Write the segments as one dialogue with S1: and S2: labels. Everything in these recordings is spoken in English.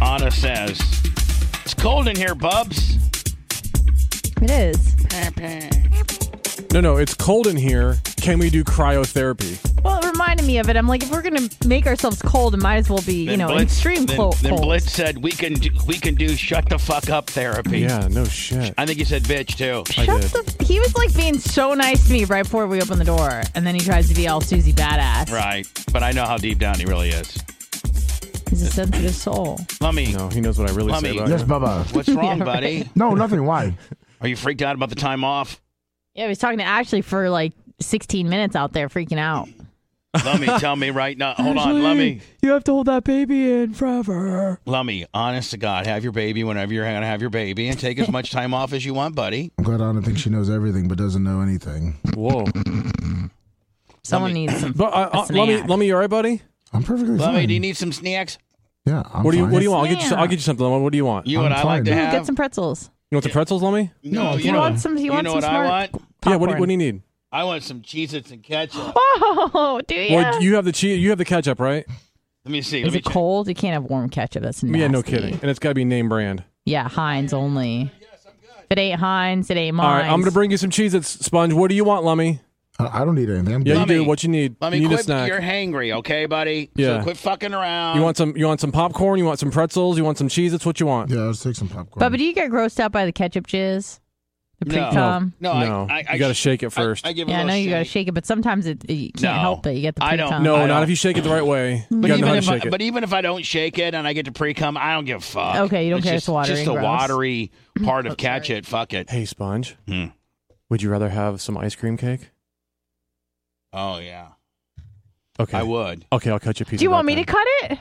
S1: Anna says, It's cold in here, Bubs.
S2: It is.
S3: No, no, it's cold in here. Can we do cryotherapy?
S2: Well, it reminded me of it. I'm like, if we're gonna make ourselves cold, it might as well be, you know, extreme
S1: then,
S2: clo-
S1: then
S2: cold.
S1: Blitz said, "We can do, we can do shut the fuck up therapy."
S3: Yeah, no shit.
S1: I think you said bitch too.
S2: Shut
S3: did.
S2: the. He was like being so nice to me right before we opened the door, and then he tries to be all Susie badass.
S1: Right, but I know how deep down he really is.
S2: He's a sensitive soul.
S1: Lummy,
S3: No, he knows what I really
S1: Lummy.
S3: say about
S4: Yes,
S3: you.
S4: Bubba.
S1: what's wrong,
S2: Yeah,
S1: buddy?
S4: No, nothing. Why?
S1: Are you freaked out about the time off?
S2: Yeah, he was talking to Ashley for like 16 minutes out there, freaking out.
S1: Lummy, tell me right now. Hold on, Lummy.
S3: You have to hold that baby in forever.
S1: Lummy, honest to God, have your baby whenever you're gonna have your baby, and take as much time off as you want, buddy.
S4: I'm glad Anna thinks she knows everything, but doesn't know anything.
S3: Whoa.
S2: Someone needs some.
S3: But uh, uh,
S2: That's an
S3: let me,
S2: ad.
S3: let me. You all right, buddy?
S4: I'm perfectly
S1: Lummy,
S4: fine.
S1: do you need some snacks?
S4: yeah, I'm
S3: What do you
S4: fine.
S3: What do you want? I'll get you.
S2: Yeah.
S3: I'll get you something. Lemon. What do you want? You
S1: You and I
S4: I'm
S1: like to
S4: fine.
S1: have.
S2: Get some pretzels.
S3: want some pretzels, Lemmy?
S1: no,
S4: I'm
S1: you know,
S4: fine. He
S2: wants some- he
S1: you
S2: wants
S1: know
S2: some
S1: what I want?
S2: smart-
S3: Yeah. What do you, What
S2: Popcorn.
S3: do you need?
S1: I want some Cheez-Its and ketchup.
S2: Oh, do you?
S3: Well, you have the cheese. You have the ketchup, right?
S1: Let me see. Let
S2: is
S1: me
S2: it
S1: check.
S2: cold? You can't have warm ketchup. That's nasty.
S3: Yeah. No kidding. And it's got to be name brand.
S2: Yeah, Heinz only. If it ain't Heinz, it ain't mine.
S3: All right. I'm gonna bring you some cheese. It's sponge. What do you want, Lummy?
S4: I I don't need anything. I'm
S3: Yeah,
S4: good.
S3: you
S1: Lummy.
S3: do. What you need?
S1: Let me
S3: you need a
S1: quit.
S3: snack.
S1: You're hangry, okay, buddy?
S3: Yeah.
S1: So quit fucking around.
S3: You want some? You want some popcorn? You want some pretzels? You want some cheese? That's what you want.
S4: Yeah, let's take some popcorn.
S2: Bubba, do you get grossed out by the ketchup jizz? The
S1: No.
S2: pre-cum?
S1: No,
S3: No,
S1: I, I, I
S3: you gotta
S1: sh-
S3: shake it first.
S1: I, I give it
S2: Yeah,
S1: a
S2: I know
S1: little
S2: you gotta
S1: shake.
S2: shake it, but sometimes it, it- you can't
S1: No.
S2: help it. You get the
S1: I
S2: pre
S1: don't-
S3: No,
S1: I
S3: not
S1: don't-
S3: if you shake it the right way. you
S1: But
S3: gotta know
S1: even,
S3: how to
S1: if I,
S3: shake it.
S1: but even if I don't shake it and I get to pre-cum, I don't give a fuck.
S2: Okay, you don't care,
S1: Just,
S2: it's watery
S1: Just
S2: and
S1: the
S2: gross. Oh,
S1: watery part of catch it. Fuck it.
S3: hey, sponge.
S1: Hmm.
S3: Would you rather have some ice cream cake?
S1: Oh yeah,
S3: Okay.
S1: I would.
S3: Okay, I'll cut you a piece.
S2: Do you
S3: of that
S2: want me to
S3: then.
S2: cut it?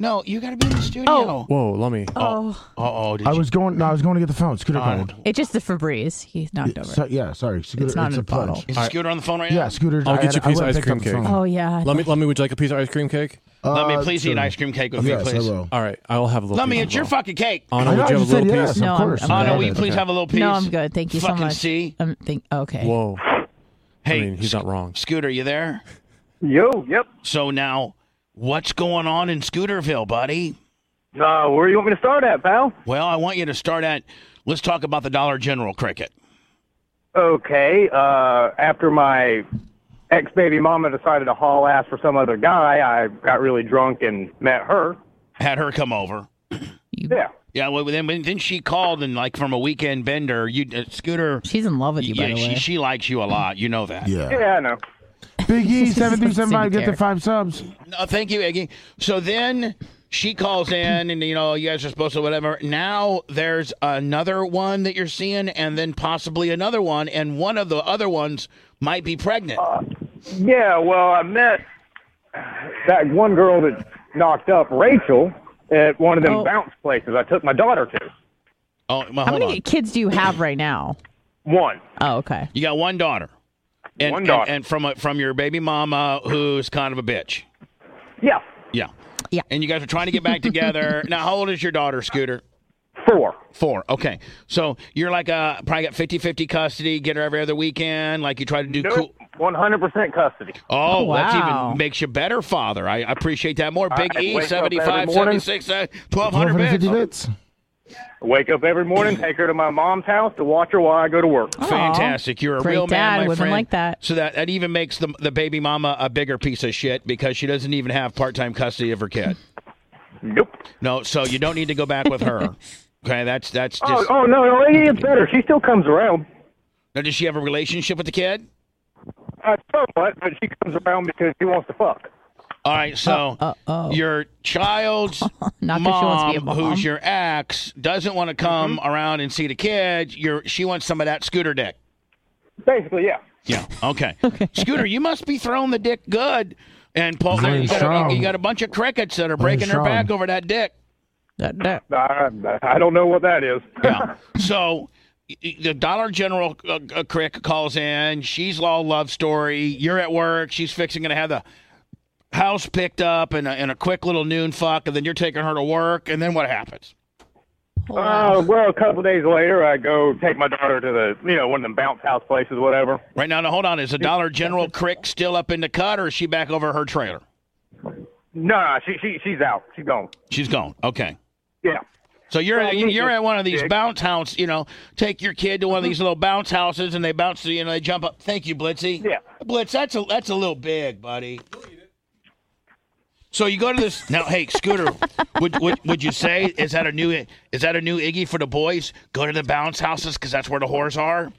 S1: No, you gotta be in the studio.
S3: Whoa, Lummy.
S2: Oh,
S1: Oh, did
S4: I
S1: you-
S4: was going. No, I was going to get the phone. Scooter
S1: Anna.
S4: called.
S2: it's just the Febreze. He's knocked
S4: Yeah,
S2: over.
S4: so- yeah, sorry. Scooter,
S2: It's not in
S4: a
S2: a bottle.
S4: pledge.
S1: Is
S3: I-
S1: Scooter on the phone right
S4: Yeah,
S1: now?
S4: Scooter.
S3: I'll
S4: I
S3: get
S4: had-
S3: you a piece
S4: I
S3: of
S4: went
S3: ice
S4: and picked
S3: cream
S4: up the
S3: cake.
S4: phone.
S2: oh yeah.
S3: Lummy, Lummy, would you like a piece of ice cream cake?
S2: Oh.
S1: Let
S4: Uh,
S1: me please eat an
S4: sure.
S1: ice cream cake with
S4: Yes,
S1: me, please.
S4: I will.
S3: All right, I'll have a little.
S1: Lummy,
S3: piece
S1: it's your fucking
S3: fucking.
S1: cake.
S3: Anna,
S4: I know, I
S3: would you have a
S4: just said
S3: little
S4: yes,
S3: piece?
S2: No,
S4: of
S2: I'm-
S4: course.
S2: I'm
S4: I
S1: Anna,
S4: had
S2: good.
S1: will you
S4: it.
S1: please have a little piece?
S2: no, I'm good. Thank you so
S1: Fucking
S2: much.
S1: see.
S2: I'm think. Okay.
S3: Whoa.
S1: Hey,
S3: I mean, he's
S1: Sc-
S3: not wrong.
S1: Scooter, you there?
S5: Yo, yep.
S1: So now, what's going on in Scooterville, buddy?
S5: Uh, where you want me to start at, pal?
S1: Well, I want you to start at. Let's talk about the Dollar General cricket.
S5: Okay. Uh, after my ex baby mama decided to haul ass for some other guy, I got really drunk and met her.
S1: Had her come over.
S2: You-
S5: Yeah.
S1: Yeah, well, then then she called and like from a weekend bender. You uh, Scooter,
S2: She's in love with you, by
S1: yeah,
S2: the
S1: she
S2: way.
S1: she likes you a lot. You know that.
S4: Yeah.
S5: Yeah, I know.
S4: Big E seven three seven five. Get
S2: Care.
S4: the five subs.
S1: No, Uh, thank you, Iggy. So then she calls in, and you know you guys are supposed to whatever. Now there's another one that you're seeing, and then possibly another one, and one of the other ones might be pregnant.
S5: Uh, Yeah, well, I met that one girl that knocked up Rachel at one of them
S2: Oh.
S5: bounce places I took my daughter to.
S1: oh, well,
S2: How
S1: hold
S2: many
S1: on.
S2: kids do you have right now?
S5: One.
S2: Oh, okay.
S1: You got one daughter. And,
S5: One daughter.
S1: And, and from a, from your baby mama, who's kind of a bitch.
S5: Yeah,
S1: Yeah.
S2: Yeah.
S1: And you guys are trying to get back together. now, how old is your daughter, Scooter?
S5: four.
S1: Four. Okay. So you're like uh probably got 50 50 custody, get her every other weekend. Like you try to do cool.
S5: Nope, 100% custody.
S1: Oh,
S2: Oh,
S1: that's
S2: wow.
S1: even makes you better, father. I appreciate that more. Big
S5: I
S1: E,
S5: wake up every
S1: 75,
S5: morning.
S1: 76, uh,
S4: Twelve
S1: 1200
S4: hundred fifty
S1: bits.
S4: bits.
S5: Wake up every morning, take her to my mom's house to watch her while I go to work.
S1: Fantastic. You're a
S2: Great
S1: real man,
S2: dad.
S1: my
S2: Women
S1: friend.
S2: like that.
S1: So that, that even makes the, the baby mama a bigger piece of shit because she doesn't even have part time custody of her kid.
S5: Nope.
S1: No, so you don't need to go back with her. Okay, that's that's
S5: Oh,
S1: just.
S5: oh no, no, it gets better. She still comes around.
S1: Now, does she have a relationship with the kid?
S5: Uh, somewhat, but she comes around because she wants to fuck.
S1: All right, so your child's
S2: Not that she wants to
S1: mom,
S2: be a mom. Mm-hmm.
S1: who's your ex, doesn't want to come around and see the kid. Your she wants some of that scooter dick.
S5: Basically, yeah.
S1: Yeah. Okay. Scooter, you must be throwing the dick good. And Paul,
S4: Very
S1: you got,
S4: strong.
S1: a, you got a bunch of crickets that are breaking their
S4: strong.
S1: back over that dick.
S5: I, I don't know what that is.
S1: Yeah. so y- y- the Dollar General uh, uh, crick calls in. She's all love story. You're at work. She's fixing to have the house picked up and a, and a quick little noon fuck, and then you're taking her to work. And then what happens?
S5: Uh, well, a couple of days later, I go take my daughter to the, you know, one of them bounce house places, whatever.
S1: Right now, now hold on. Is the Dollar General crick still up in the cut, or is she back over her trailer?
S5: No, no, she, she, she's out. She's gone.
S1: She's gone. Okay.
S5: Yeah.
S1: So you're
S5: Well,
S1: you- you're at one of these
S5: dick.
S1: bounce house, you know, take your kid to one of
S5: Mm-hmm.
S1: these little bounce houses and they bounce, you know, they jump up. Thank you, Blitzy.
S5: Yeah.
S1: Blitz, that's a that's a little big, buddy. So you go to this now. Hey, Scooter, would, would would you say is that a new is that a new Iggy for the boys? Go to the bounce houses because that's where the whores are.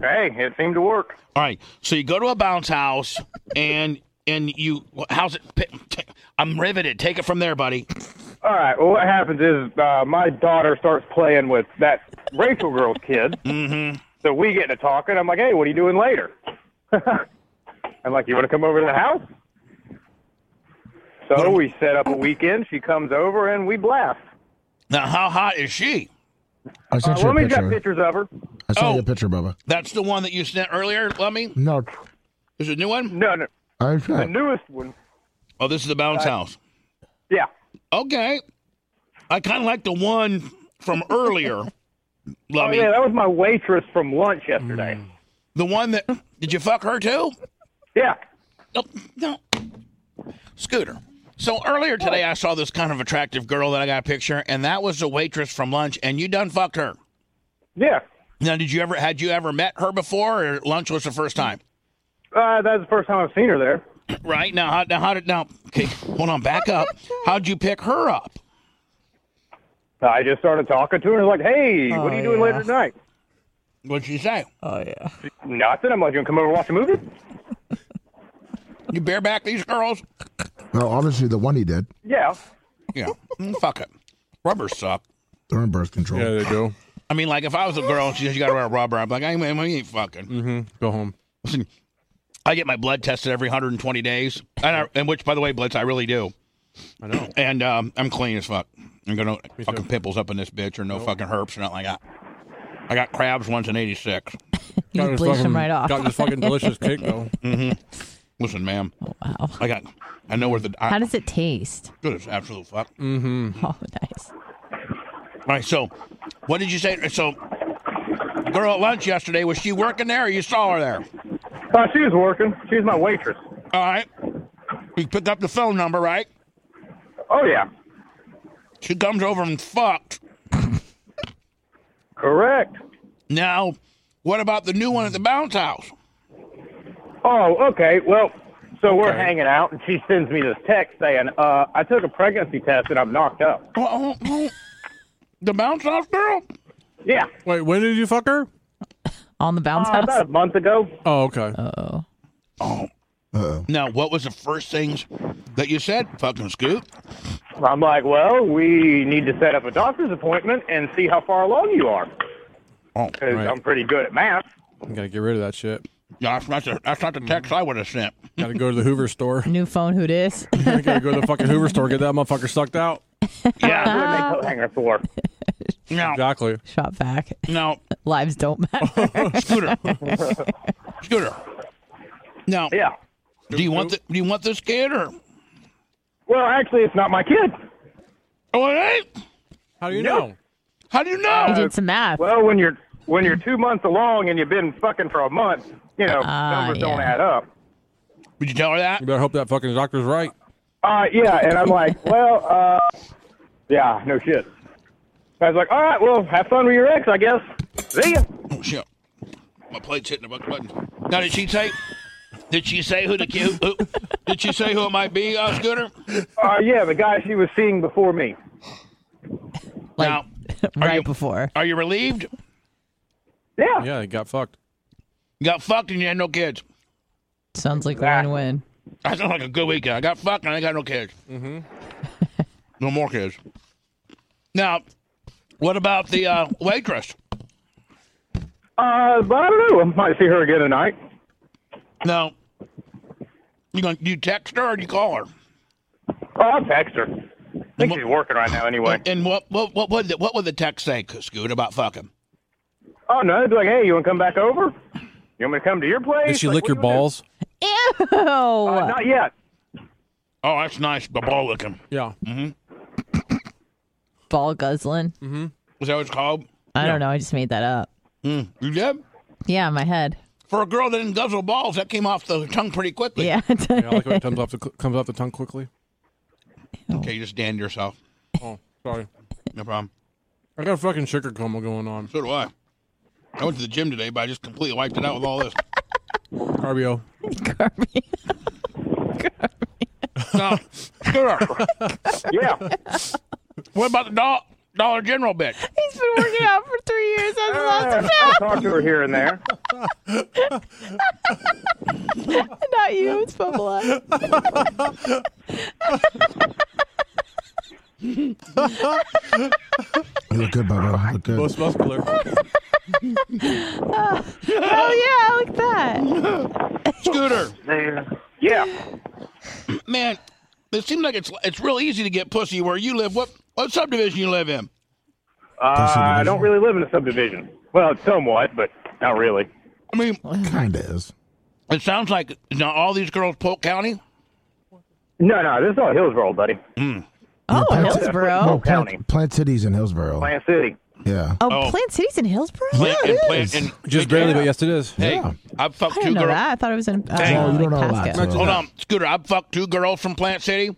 S5: Hey, it seemed to work.
S1: All right. So you go to a bounce house and and you how's it? I'm riveted. Take it from there, buddy.
S5: All right. Well, what happens is uh, my daughter starts playing with that Rachel girl's kid. Mm-hmm. So we get to talking. I'm like, hey, what are you doing later? I'm like, you want to come over to the house? So we set up a weekend. She comes over and we blast.
S1: Now, how hot is she?
S4: I
S5: Uh,
S4: sent you a
S5: Lummi's got
S4: picture.
S5: pictures of her.
S4: I sent
S1: Oh.
S4: you a picture, Bubba.
S1: That's the one that you sent earlier, Lummy.
S4: No,
S1: Is it a new one?
S5: No, no,
S4: I
S5: the newest one.
S1: Oh, this is the bounce house.
S5: Yeah.
S1: Okay. I kind of like the one from earlier,
S5: Oh,
S1: Lummy.
S5: yeah, that was my waitress from lunch yesterday.
S1: The one that did you fuck her too?
S5: Yeah.
S1: No, no. Scooter. So earlier today, I saw this kind of attractive girl that I got a picture, and that was the waitress from lunch, and you done fucked her.
S5: Yeah.
S1: Now, did you ever had you ever met her before, or lunch was the first time?
S5: Uh, that's the first time I've seen her there.
S1: Right now, how, now how did now? Okay, hold on, back up. How'd you pick her up?
S5: I just started talking to her and was like, hey, what are you doing later tonight?
S1: What'd she say?
S5: Nothing. I'm like, you want to come over and watch a movie?
S1: You bareback these girls?
S4: Well, obviously the one he did.
S5: Yeah.
S1: Yeah. Mm, fuck it. Rubbers suck.
S4: They're in birth control.
S3: Yeah, there you go.
S1: I mean, like if I was a girl and she says you got to wear a rubber, I'm like, I ain't, I ain't fucking.
S3: Go home.
S1: Listen, I get my blood tested every 120 days, and, I, and which, by the way, Blitz, I really do.
S3: I know.
S1: And um, I'm clean as fuck. I'm gonna fucking pimples up in this bitch, or no fucking herpes, or nothing like that. I got crabs once in '86.
S2: You
S3: this
S2: bleached
S3: fucking-
S2: him right off.
S3: Got this fucking delicious cake though.
S1: Listen, ma'am,
S2: wow.
S1: I got, I know where the I,
S2: How does it taste?
S1: good as absolute fuck.
S2: Oh, nice.
S1: All right, so what did you say? So, girl at lunch yesterday, was she working there, or you saw her there?
S5: Uh, she was working. She was my waitress.
S1: All right, you picked up the phone number, right?
S5: Oh, yeah.
S1: She comes over and fucked.
S5: Correct.
S1: Now, what about the new one at the bounce house?
S5: Oh, okay. Well, so we're hanging out, and she sends me this text saying, uh, I took a pregnancy test and I'm knocked up.
S1: Oh, oh, oh. The bounce house girl?
S5: Yeah.
S3: Wait, when did you fuck her?
S2: On the bounce
S5: Uh,
S2: house?
S5: about a month ago.
S3: Oh, okay.
S1: Oh. Now, what was the first things that you said, fucking Scoop?
S5: I'm like, well, we need to set up a doctor's appointment and see how far along you are.
S1: Oh,
S5: Because
S3: Right.
S5: I'm pretty good at math.
S3: You gotta get rid of that shit.
S1: that's not the, that's not the text I would have sent.
S3: Gotta go to the Hoover store.
S2: New phone, who dis?
S3: gotta go to the fucking Hoover store. Get that motherfucker sucked out.
S5: What
S1: Yeah.
S5: did they coat hanger for?
S1: Now,
S3: Exactly.
S2: Shop back.
S1: now,
S2: Lives don't matter.
S1: Scooter, Scooter. Now,
S5: Yeah.
S1: do you want the, do you want this kid or?
S5: Well, actually, it's not my kid.
S1: Oh, it ain't.
S3: How do you know?
S1: How do you
S2: I
S1: know?
S2: did some math.
S5: Well, when you're when you're two months along and you've been fucking for a month, you know numbers don't
S2: yeah.
S5: add up.
S1: Would you tell her that?
S3: You better hope that fucking doctor's right.
S5: Uh, yeah, and I'm like, well, uh, yeah, no shit. I was like, all right, well, have fun with your ex, I guess. See ya.
S1: Oh shit! My plate's hitting the button. Now, did she say? Did she say who the who, who, Did she say who it might be, uh, Scooter?
S5: Uh, yeah, the guy she was seeing before me.
S1: now,
S2: right before.
S1: are you relieved?
S5: Yeah.
S3: Yeah, he got fucked.
S1: You got fucked and you had no kids.
S2: Sounds like a win win.
S1: That sounds like a good weekend. I got fucked and I got no kids. Mm-hmm. no more kids. Now, what about the uh, waitress?
S5: Uh, but I don't know. I might see her again tonight.
S1: No. You gonna you text her or you call her?
S5: Oh, I'll text her. I think she's working right now anyway.
S1: And what what what would the, what would the text say, Scoot, about fucking?
S5: Oh, no. They'd be like, hey, you want to come back over? You want me to come to your place?
S3: Did she
S5: Like,
S3: lick
S5: what
S3: your
S5: do you want
S3: balls?
S2: Ew.
S5: to do? Uh, not yet.
S1: Oh, that's nice. The ball looking.
S3: Yeah.
S2: Ball guzzling.
S1: Is that what it's called?
S2: I don't know. I just made that up.
S1: You did?
S2: Yeah, in my head.
S1: For a girl that didn't guzzle balls, that came off the tongue pretty quickly.
S2: Yeah.
S3: Yeah, I like when it comes off the comes off the tongue quickly.
S1: Okay, you just damned yourself.
S3: Oh, sorry.
S1: No problem.
S3: I got a fucking sugar coma going on.
S1: So do I. I went to the gym today, but I just completely wiped it out with all this.
S3: Carbio.
S2: Kirby.
S1: Now, Scooter,
S5: Yeah.
S1: what about the doll, Dollar General bitch?
S2: He's been working out for three years. I love
S5: Uh, I'll talk to her here and there.
S2: Not you. It's Pamela.
S4: You look good, Bubba. You look good.
S3: Most muscular.
S2: Hell Oh, yeah. I like that.
S1: Scooter,
S5: Yeah.
S1: man, it seems like it's it's real easy to get pussy where you live. What what subdivision you live in?
S5: Uh, I
S4: subdivision.
S5: don't really live in a subdivision. Well, somewhat, but not really.
S1: I mean,
S4: Kinda is.
S1: it sounds like now all these girls Polk County.
S5: No, no, this is all Hillsboro, buddy.
S2: Oh,
S4: Plant- Well,
S2: Hillsboro.
S4: Plant,
S5: County.
S4: Plant City's in Hillsboro.
S5: Plant City.
S4: Yeah.
S2: Oh, Plant City's in Hillsboro?
S1: Plant
S2: Yeah,
S1: and
S2: it
S1: plant
S2: is.
S1: and
S3: Just barely, but yes, it is.
S1: Hey,
S4: Yeah.
S1: I've fucked
S2: I
S1: two
S2: didn't know
S1: girls.
S2: that. I thought it was in uh,
S1: Well,
S4: Oh, you
S2: like
S4: don't know a lot,
S2: Pasco.
S4: so-
S1: Hold on, Scooter. I've fucked two girls from Plant City.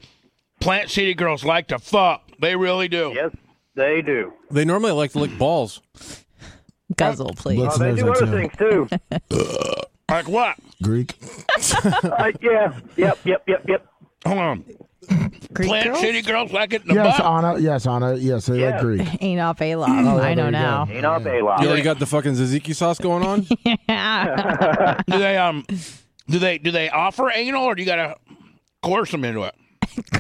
S1: Plant City girls like to fuck. They really do.
S5: Yes, they do.
S3: They normally like to lick balls.
S2: Guzzle, please.
S4: Looks
S5: Oh, they
S4: nerves
S5: do
S4: like
S5: other
S4: you.
S5: things too.
S1: Like what?
S4: Greek.
S5: Uh, yeah. Yep. Yep. Yep. Yep.
S1: Hold on.
S2: Greek
S1: Plant
S2: girls?
S1: City girls like it in the
S4: yes,
S1: butt.
S4: Anna. Yes, Anna. Yes, they like
S5: Yes.
S4: Greek.
S2: Enoch Alof.
S4: there
S2: I know
S4: you go.
S2: now.
S5: Ain't our
S3: You
S5: Baylock.
S3: already got the fucking tzatziki sauce going on?
S1: Do they um? Do they do they offer anal or do you gotta coerce them into it?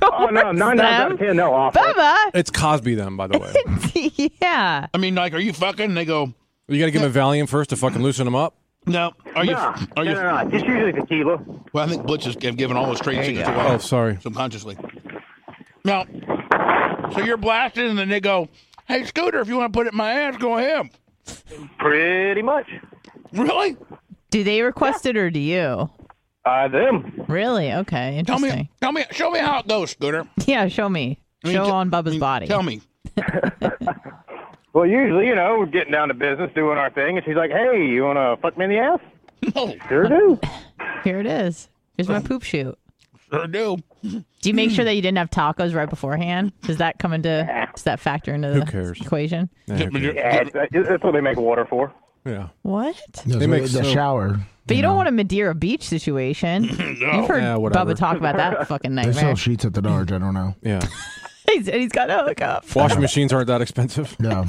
S5: Oh no, nine times out of ten, they'll offer. it.
S2: Bubba.
S3: It's Cosby them, by the way.
S2: yeah.
S1: I mean, like, are you fucking? And they go,
S3: You got to give him a Valium first to fucking loosen him up.
S1: no. Are you?
S5: Nah,
S1: Are you?
S5: no, no, no. It's usually tequila.
S1: Well, I think Blitz has given all his trade secrets away
S3: Oh, sorry.
S1: subconsciously. Now, so you're blasted, and then they go, "Hey, Scooter, if you want to put it in my ass, go ahead."
S5: Pretty much.
S1: Really?
S2: Do they request it or do you?
S5: Uh, them.
S2: Really? Okay.
S1: Tell
S2: Interesting.
S1: me, tell me, show me how it goes, Scooter.
S2: Yeah, show me.
S1: I mean,
S2: Show
S1: te-
S2: on
S1: I
S2: Bubba's
S1: mean,
S2: body.
S1: Tell me.
S5: Well, usually, you know, we're getting down to business, doing our thing, and she's like, "Hey, you wanna fuck me in the ass?"
S1: No,
S5: Sure do.
S2: Here it is. Here's
S1: Oh.
S2: my poop shoot.
S1: sure do.
S2: Do you make sure that you didn't have tacos right beforehand? Does that come into does that factor into the
S3: cares?
S2: equation?
S5: Yeah, it's- it's- that's what they make water for.
S3: Yeah.
S2: What?
S4: Yes,
S3: They
S4: they
S3: make
S4: the
S3: soap.
S4: shower.
S2: But you don't want a Madeira Beach situation. You've heard
S3: Yeah, whatever.
S2: Bubba talk about that fucking
S4: They
S2: nightmare.
S4: sell sheets at the Darge. I don't know.
S3: Yeah.
S2: He's, and he's got a hookup.
S3: Washing machines aren't that expensive.
S4: Yeah.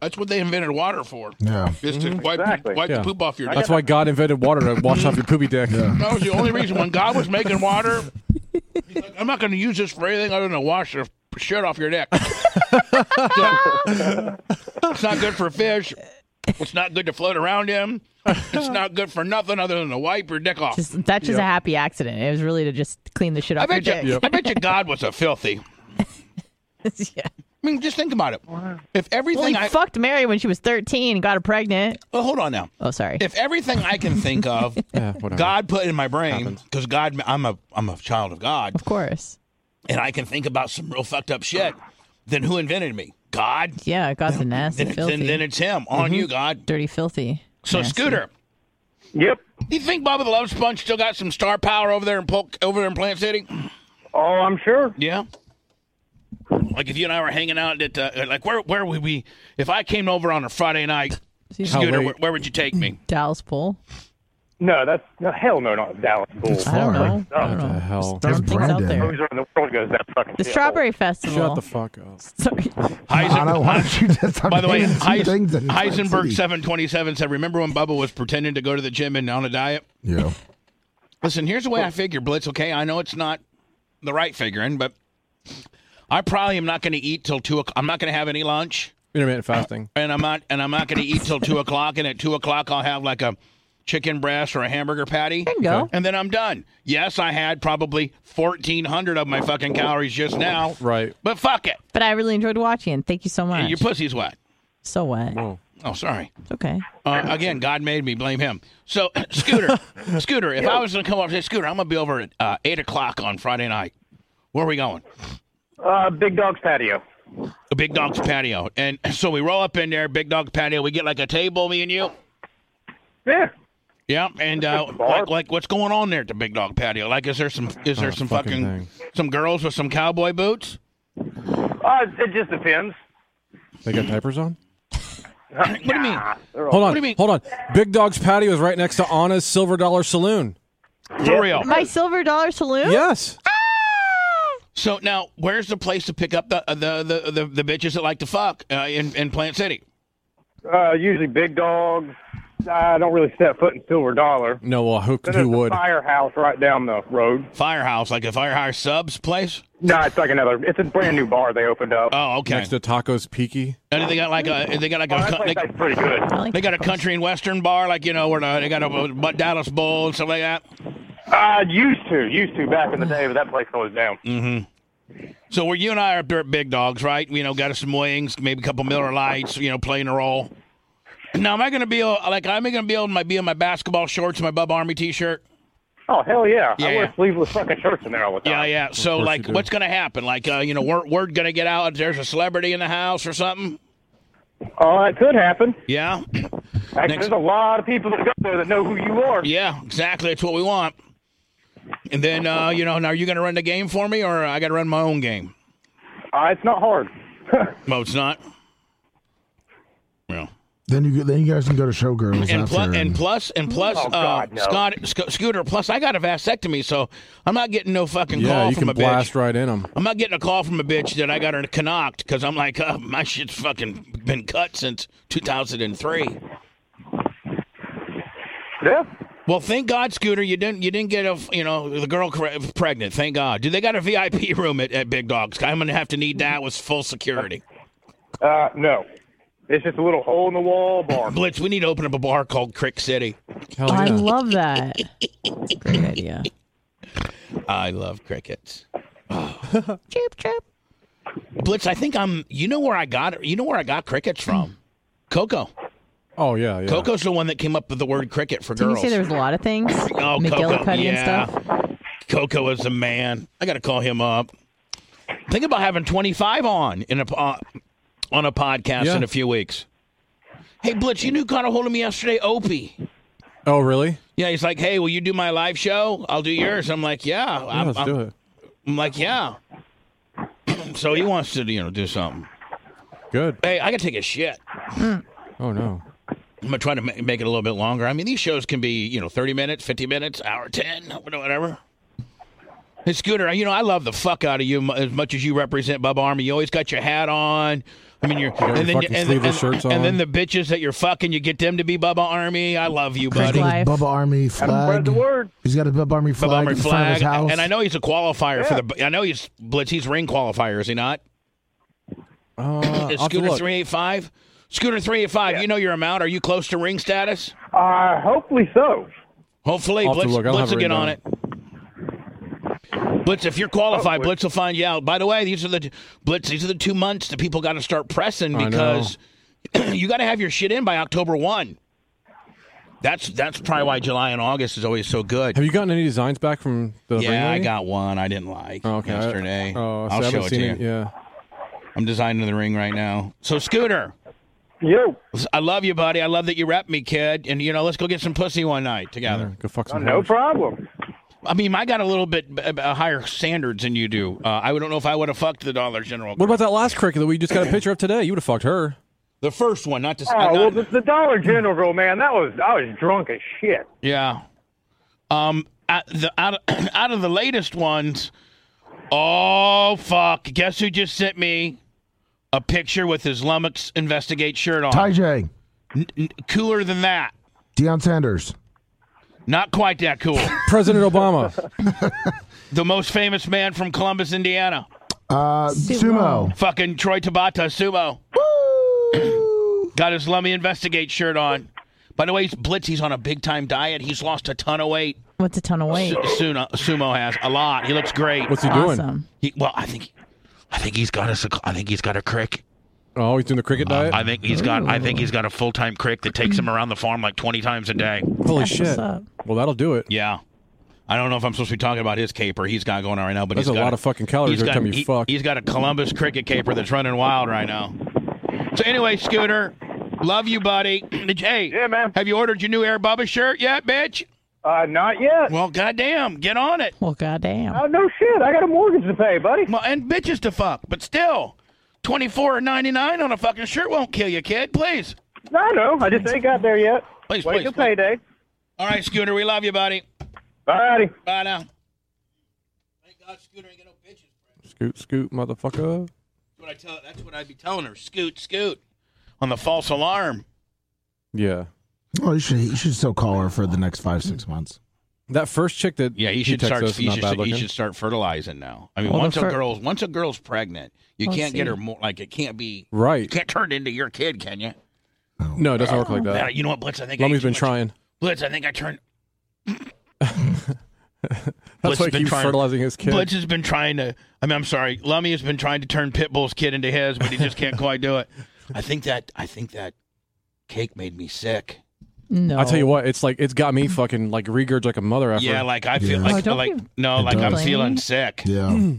S1: That's what they invented water for.
S4: Yeah.
S1: Just to wipe,
S5: Exactly.
S1: wipe
S3: Mm-hmm. Yeah.
S1: the poop off your.
S3: That's why God invented water to wash off your poopy dick.
S1: That was the only reason when God was making water. he's like, I'm not going to use this for anything other than to wash the shit off your neck. So, it's not good for fish. It's not good to float around in. It's not good for nothing other than to wipe your dick off.
S2: Just, that's just a happy accident. It was really to just clean the shit
S1: I
S2: off your
S1: bet you.
S2: dick.
S1: I bet you God was a filthy. I
S2: yeah.
S1: mean, just think about it. If
S2: Well,
S1: everything
S2: he
S1: I
S2: fucked Mary when she was 13 and got her pregnant.
S1: well, hold on now.
S2: Oh, sorry.
S1: If everything I can think of,
S3: Yeah, whatever.
S1: God put in my brain
S3: Happens.
S1: because God, I'm a I'm a child of God.
S2: of course.
S1: and I can think about some real fucked up shit, then who invented me? God.
S2: Yeah, God's a nasty,
S1: Then,
S2: filthy,
S1: then, then it's him on
S4: Mm-hmm.
S1: you, God.
S2: dirty, filthy.
S1: So
S2: nasty.
S1: Scooter,
S5: Yep.
S1: do you think Bubba the Love Sponge still got some star power over there in Polk, over there in Plant City?
S5: Oh, I'm sure.
S1: Yeah. Like if you and I were hanging out at uh, like where where would we? If I came over on a Friday night, Scooter, where, where would you take me?
S4: Mm.
S2: Dallas Pool.
S5: No, that's no, hell no, not Dallas Bull.
S2: I don't know. I don't know.
S3: The hell.
S2: There's things out there.
S5: Loser in the world goes that fucking.
S2: The
S5: shithole.
S2: Strawberry Festival.
S3: Shut the fuck up.
S2: Sorry.
S4: I don't why don't you just
S1: By the way, Heis-
S4: things in Atlantic
S1: Heisenberg
S4: City?
S1: seven twenty seven said, "Remember when Bubba was pretending to go to the gym and on a diet?
S4: Yeah.
S1: Listen, here's the way I figure, Blitz. Okay, I know it's not the right figuring, but I probably am not going to eat till two. o'clock. I'm not going to have any lunch,
S3: Intermittent fasting.
S1: and I'm not and I'm not going to eat till two o'clock. And at two o'clock, I'll have like a chicken breast or a hamburger patty.
S2: you go.
S1: And then I'm done. Yes, I had probably 1,400 of my fucking calories just now.
S3: Right.
S1: But fuck it.
S2: But I really enjoyed watching. it. Thank you so much.
S1: Your pussy's wet.
S2: so what?
S1: Oh, sorry.
S2: It's okay.
S1: Uh, again, God made me blame him. So, Scooter, Scooter, if I was going to come over and say, Scooter, I'm going to be over at uh, 8 o'clock on Friday night. Where are we going?
S5: Uh, Big Dog's patio.
S1: The Big Dog's patio. And so we roll up in there, Big Dog's patio. We get like a table, me and you.
S5: Yeah.
S1: Yeah, and uh,
S5: bar.
S1: like, like, what's going on there at the Big Dog patio? Like, is there some, is there some
S3: Oh, fucking
S1: fucking, some girls with some cowboy boots?
S5: Uh, it just depends.
S3: They got diapers on?
S1: What do you mean?
S3: Hold on.
S1: do you mean?
S3: Hold on. Big Dog's patio is right next to Anna's Silver Dollar Saloon.
S1: For real.
S2: My Silver Dollar Saloon?
S3: Yes.
S1: Ah! So now, where's the place to pick up the uh, the the, the, the bitches that like to fuck uh, in in Plant City?
S5: Uh, usually Big Dog. I don't really set foot in Silver Dollar.
S3: No, well, who,
S5: Then
S3: who
S5: there's a
S3: would?
S5: Firehouse right down the road.
S1: Firehouse, like a firehouse subs place.
S5: No, it's like another. It's a brand new bar they opened up.
S1: Oh, okay.
S3: Next to Tacos Peaky.
S1: and they got like a they got Oh, like
S5: Uh, That
S1: a
S5: place,
S1: they,
S5: that's pretty good.
S2: I like
S1: they got a country and western bar, like you know where the, they got a but Dallas Bull and stuff like that.
S5: Uh, used to, used to back in the day, but that place closed down.
S1: Mm. So where you and I are up there at Big Dogs, right? You know, got us some wings, maybe a couple Miller Lights. You know, playing a role. Now, am I going to be like am I going to be able to be in my basketball shorts and my Bub Army T-shirt?
S5: Oh hell yeah! I
S1: Yeah.
S5: wear sleeveless fucking shirts in there all the
S1: Yeah,
S5: time.
S1: yeah. So,
S3: course
S1: like,
S3: you do.
S1: what's going to happen? Like, uh, you know, word, word going to get out there's a celebrity in the house or something?
S5: Oh, that could happen.
S1: Yeah.
S5: Actually,
S1: Next-
S5: there's a lot of people that go there that know who you are.
S1: Yeah, exactly. That's what we want. And then, uh, you know, now are you going to run the game for me or I got to run my own game?
S5: Uh, it's not hard.
S1: No, it's not. Yeah.
S4: Then you then you guys can go to showgirls
S1: And,
S4: after.
S1: plu- and plus, and plus,
S5: Oh, God,
S1: uh,
S5: no.
S1: Scott, Sc- Scooter, plus I got a vasectomy, so I'm not getting no fucking
S3: Yeah,
S1: call
S3: you
S1: from
S3: can
S1: a
S3: blast
S1: bitch.
S3: right in them.
S1: I'm not getting a call from a bitch that I got her knocked because I'm like, uh, my shit's fucking been cut since 2003.
S5: Yeah.
S1: Well, thank God, Scooter, you didn't you didn't get a you know the girl cre- pregnant. Thank God. Do they got a VIP room at, at Big Dogs? I'm gonna have to need that with full security.
S5: Uh, no, it's just a little hole in the wall bar.
S1: Blitz, we need to open up a bar called Crick City.
S3: Hell
S2: Oh, I
S3: yeah.
S2: love that. It's a great idea.
S1: I love crickets.
S2: Chirp, chirp.
S1: Blitz, I think I'm. You know where I got you know where I got crickets from? Coco.
S3: Oh, Hmm. yeah, yeah.
S1: Coco's the one that came up with the word cricket for
S2: Did you
S1: girls.
S2: say there was a lot of things?
S1: Oh, Coco,
S2: McGillicuddy
S1: yeah.
S2: and stuff?
S1: Coco is a man. I got to call him up. Think about having 25 on in a uh, on a podcast
S3: Yeah.
S1: in a few weeks. Hey, Blitz, you knew got a hold of me yesterday, Opie.
S3: Oh, really?
S1: Yeah, he's like, hey, will you do my live show? I'll do yours. I'm like, yeah.
S3: Yeah,
S1: I'm,
S3: let's
S1: I'm-
S3: do it.
S1: I'm like, yeah. so he wants to, you know, do something.
S3: Good.
S1: Hey, I got to take a shit.
S3: Oh, no.
S1: I'm gonna try to ma- make it a little bit longer. I mean, these shows can be, you know, 30 minutes, 50 minutes, hour 10, whatever. Hey, Scooter, you know, I love the fuck out of you mu- as much as you represent Bub Army. You always got your hat on. I mean, you're,
S3: your
S1: and then,
S3: fucking
S1: and,
S3: sleeveless
S1: and-
S3: shirts
S1: and then
S3: on.
S1: the bitches that you're fucking, you get them to be Bubba Army. I love you,
S4: He's
S1: buddy.
S4: got
S2: Life.
S4: his Bubba Army
S5: Spread
S4: flag.
S5: the word.
S4: He's got a Bubba Army
S1: Bubba
S4: flag
S1: Army
S4: in front of
S1: flag.
S4: his house.
S1: And I know he's a qualifier for the. I know he's Blitz. He's ring qualifier, is he not?
S3: Uh, I'll have to
S1: Scooter
S3: look.
S1: three eight five. Scooter three eight five. You know your amount. Are you close to ring status?
S5: Uh, hopefully so.
S1: Hopefully,
S3: I'll have to
S1: Blitz,
S3: look. I'll
S1: Blitz
S3: have
S1: will
S3: it
S1: get
S3: written
S1: on it. Blitz, if you're qualified, Blitz will find you out. By the way, these are the Blitz. These are the two months that people got to start pressing
S3: I know.
S1: because you got to have your shit in by October one. That's that's probably why July and August is always so good.
S3: Have you gotten any designs back from the ring
S1: yeah, I
S3: lady?
S1: got one I didn't like
S3: Oh, okay. I-
S1: yesterday.
S3: Oh, so I
S1: I'll
S3: haven't
S1: show it to
S3: seen
S1: you.
S3: it. Yeah.
S1: I'm designing the ring right now. So, Scooter,
S5: Yo,
S1: I love you, buddy. I love that you rep me, kid. And you know, let's go get some pussy one night together.
S3: Go fuck some
S5: no
S3: hoes.
S5: problem.
S1: I mean, I got a little bit b- b- higher standards than you do. Uh, I don't know if I would have fucked the Dollar General.
S3: What about that last cricket that we just got a picture of today? You would have fucked her.
S1: The first one, not to.
S5: Oh well, the, the Dollar General girl, man, that was I was drunk as shit.
S1: Yeah. Um. Out, the, out, of, out of the latest ones, oh fuck! Guess who just sent me a picture with his Lummox Investigate shirt on?
S4: Ty J,
S1: N- n- cooler than that.
S4: Deion Sanders.
S1: Not quite that cool.
S3: President Obama.
S1: the most famous man from Columbus, Indiana.
S4: Uh, Sumo.
S1: Fucking Troy Tabata Sumo. Got his Lummy Investigate shirt on. By the way, he's Blitz, he's on a big time diet. He's lost a ton of weight.
S2: What's a ton of weight?
S1: Suno, Sumo has a lot. He looks great.
S3: What's he doing?
S2: Awesome.
S1: He, well, I think, I think he's got a, I think he's got a crick.
S3: Oh, he's doing the cricket diet?
S1: Um, I think he's got, I think he's got a full time crick that takes him around the farm like twenty times a day.
S3: Holy
S2: That's what's
S3: shit.
S2: up.
S3: Well, that'll do it.
S1: Yeah, I don't know if I'm supposed to be talking about his caper. He's got going on right now, but
S3: That's
S1: he's
S3: a
S1: got
S3: lot of fucking calories
S1: he's
S3: every
S1: got-
S3: time you
S1: he-
S3: fuck.
S1: He's got a Columbus cricket caper that's running wild right now. So anyway, Scooter, love you, buddy. Did you- hey,
S5: Yeah, man.
S1: have you ordered your new Air Bubba shirt yet, bitch?
S5: Uh, not yet.
S1: Well, goddamn, get on it.
S2: Well, goddamn.
S5: Oh no shit, I got a mortgage to pay, buddy.
S1: Well, and bitches to fuck, but still, twenty four or ninety nine on a fucking shirt won't kill you, kid. Please.
S5: I know, I just ain't got there yet.
S1: Please,
S5: Wait
S1: please,
S5: till
S1: please.
S5: payday.
S1: All right, Scooter, we love you, buddy.
S5: Alrighty.
S1: Bye now. Thank God Scooter ain't got no bitches, Brett.
S3: Scoot, scoot, motherfucker.
S1: That's what I tell that's what I'd be telling her. Scoot, scoot. On the false alarm.
S3: Yeah.
S4: Oh, you should you should still call her for the next five six months.
S3: That first chick that
S1: Yeah, he should
S3: texted
S1: start
S3: us,
S1: he
S3: not
S1: should,
S3: bad
S1: he
S3: looking.
S1: should start fertilizing now. I mean
S2: Well, the
S1: once a
S2: fir-
S1: girl's once a girl's pregnant, you
S2: Let's
S1: can't get
S2: see.
S1: her more like it can't be you
S3: Right.
S1: can't turn it into your kid, can you?
S3: No, it doesn't work like
S1: Uh,
S3: that.
S1: you know what, Blitz, I think I ate
S3: Lummy's
S1: too
S3: been
S1: much-
S3: trying.
S1: Blitz, I think I turned
S3: That's
S1: Blitz
S3: why
S1: has
S3: he
S1: been
S3: keeps
S1: trying-
S3: fertilizing his kid.
S1: Blitz has been trying to. I mean, I'm sorry. Lummy has been trying to turn Pitbull's kid into his, but he just can't quite do it. I think that. I think that cake made me sick.
S2: No.
S3: I'll tell you what, it's like it's got me fucking like regurge like a mother after.
S1: Yeah, like I feel
S4: Yeah.
S2: Oh,
S1: like
S2: don't
S1: like
S2: be-
S1: no,
S4: It
S1: like I'm
S2: does.
S1: feeling sick.
S4: Yeah.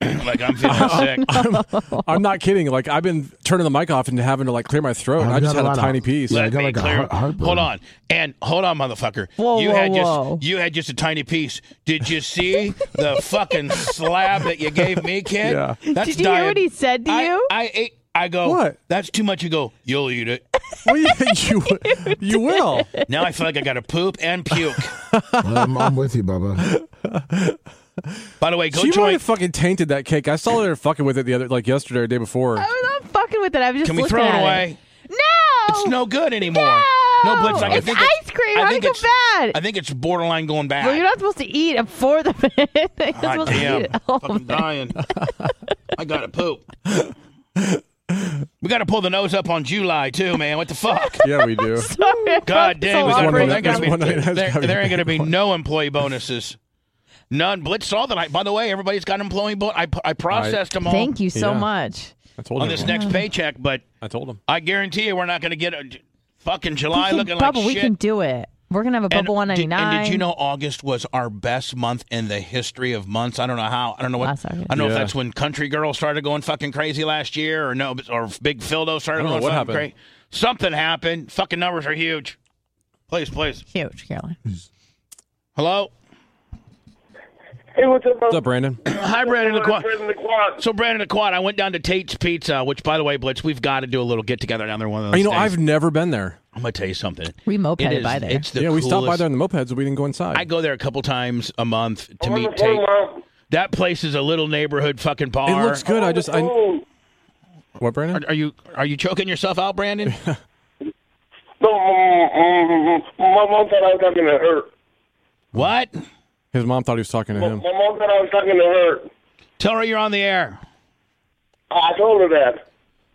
S1: like I'm feeling sick.
S3: I'm not kidding. Like I've been turning the mic off and having to like clear my throat. and
S4: I've
S3: I just
S4: Oh, got a
S3: had a,
S4: lot of-
S3: tiny piece.
S4: Yeah, I
S1: Let
S4: got
S1: me
S4: like a
S1: clear-
S4: heart- heartburn.
S1: hold on, and hold on, motherfucker.
S2: Whoa,
S1: you
S2: whoa,
S1: had
S2: whoa.
S1: just you had just a tiny piece. Did you see the fucking slab that you gave me, kid?
S3: Yeah.
S1: That's
S2: Did you hear
S1: diab-
S2: what he said to
S1: I,
S2: you?
S1: I ate. I go.
S3: What?
S1: That's too much. You go. You'll eat it.
S3: Well, you, you, you will.
S1: Now I feel like I got to poop and puke.
S4: Well, I'm, I'm with you, Bubba.
S1: By the way, go
S3: She might
S1: join.
S3: have fucking tainted that cake. I saw her fucking with it the other like yesterday or day before.
S2: I was not fucking with it. I was just
S1: Can we
S2: looking
S1: throw it
S2: at
S1: away?
S2: No.
S1: It's no good anymore.
S2: No!
S1: Blitz. I
S2: It's
S1: think
S2: ice cream. How do you
S1: think
S2: go
S1: it's-
S2: bad?
S1: I think it's borderline going bad.
S2: Well, you're not supposed to eat it for the minute. You're
S1: God
S2: supposed to eat
S1: Ah, damn.
S2: it. all.
S1: Fucking dying. I gotta poop. We gotta pull the nose up on July too, man. What the fuck?
S3: Yeah, we do.
S2: Sorry.
S1: God damn,
S2: It's
S1: is
S2: all
S1: there-
S3: one
S1: there,
S2: operating
S3: night-
S1: gonna
S3: that's
S2: company.
S1: be-
S3: one night has
S1: there-
S3: gotta be
S1: there ain't gonna be no employee bonuses. None. Blitz saw that. I, by the way, everybody's got employee bonus. I, I processed them all
S2: Thank you so
S3: Yeah.
S2: much.
S3: I told
S1: on
S3: him.
S1: this next paycheck, but
S3: I told him.
S1: I guarantee you we're not gonna get a fucking
S2: We
S1: July
S2: can-
S1: looking like
S2: Bubba,
S1: shit.
S2: we can do it. We're gonna have a
S1: And
S2: bubble one
S1: did-
S2: ninety nine.
S1: And did you know August was our best month in the history of months? I don't know how. I don't know what.
S2: Last
S1: I
S2: August.
S1: don't know if
S3: Yeah.
S1: that's when Country Girl started going fucking crazy last year, or no, or Big Phildo started
S3: I don't know
S1: going
S3: what
S1: fucking
S3: happened.
S1: crazy. Something happened. Fucking numbers are huge. Please, please.
S2: Huge, Caroline.
S1: Hello.
S5: Hey, what's up,
S3: What's up, Brandon?
S1: Hi, Brandon the Quad.
S5: the quad.
S1: So, Brandon the Quad, I went down to Tate's Pizza, which, by the way, Blitz, we've got to do a little get together down there one of those
S3: You know,
S1: days.
S3: I've never been there.
S1: I'm gonna tell you something.
S2: We
S1: It
S2: mopeded
S1: is.
S2: by there.
S1: It's the
S3: yeah, we stopped by
S1: coolest-
S3: there on the mopeds, but we didn't go inside.
S1: I go there a couple times a month to meet Tate. That place is a little neighborhood fucking bar.
S3: it looks good. I just I
S5: Oh.
S3: what,
S1: Are,
S3: Brandon?
S1: are you are you choking yourself out, Brandon?
S5: No, my, my mom thought I was talking to her.
S1: what?
S3: His mom thought he was talking to him.
S5: My mom thought I was talking to her.
S1: Tell her you're on the air.
S5: I told her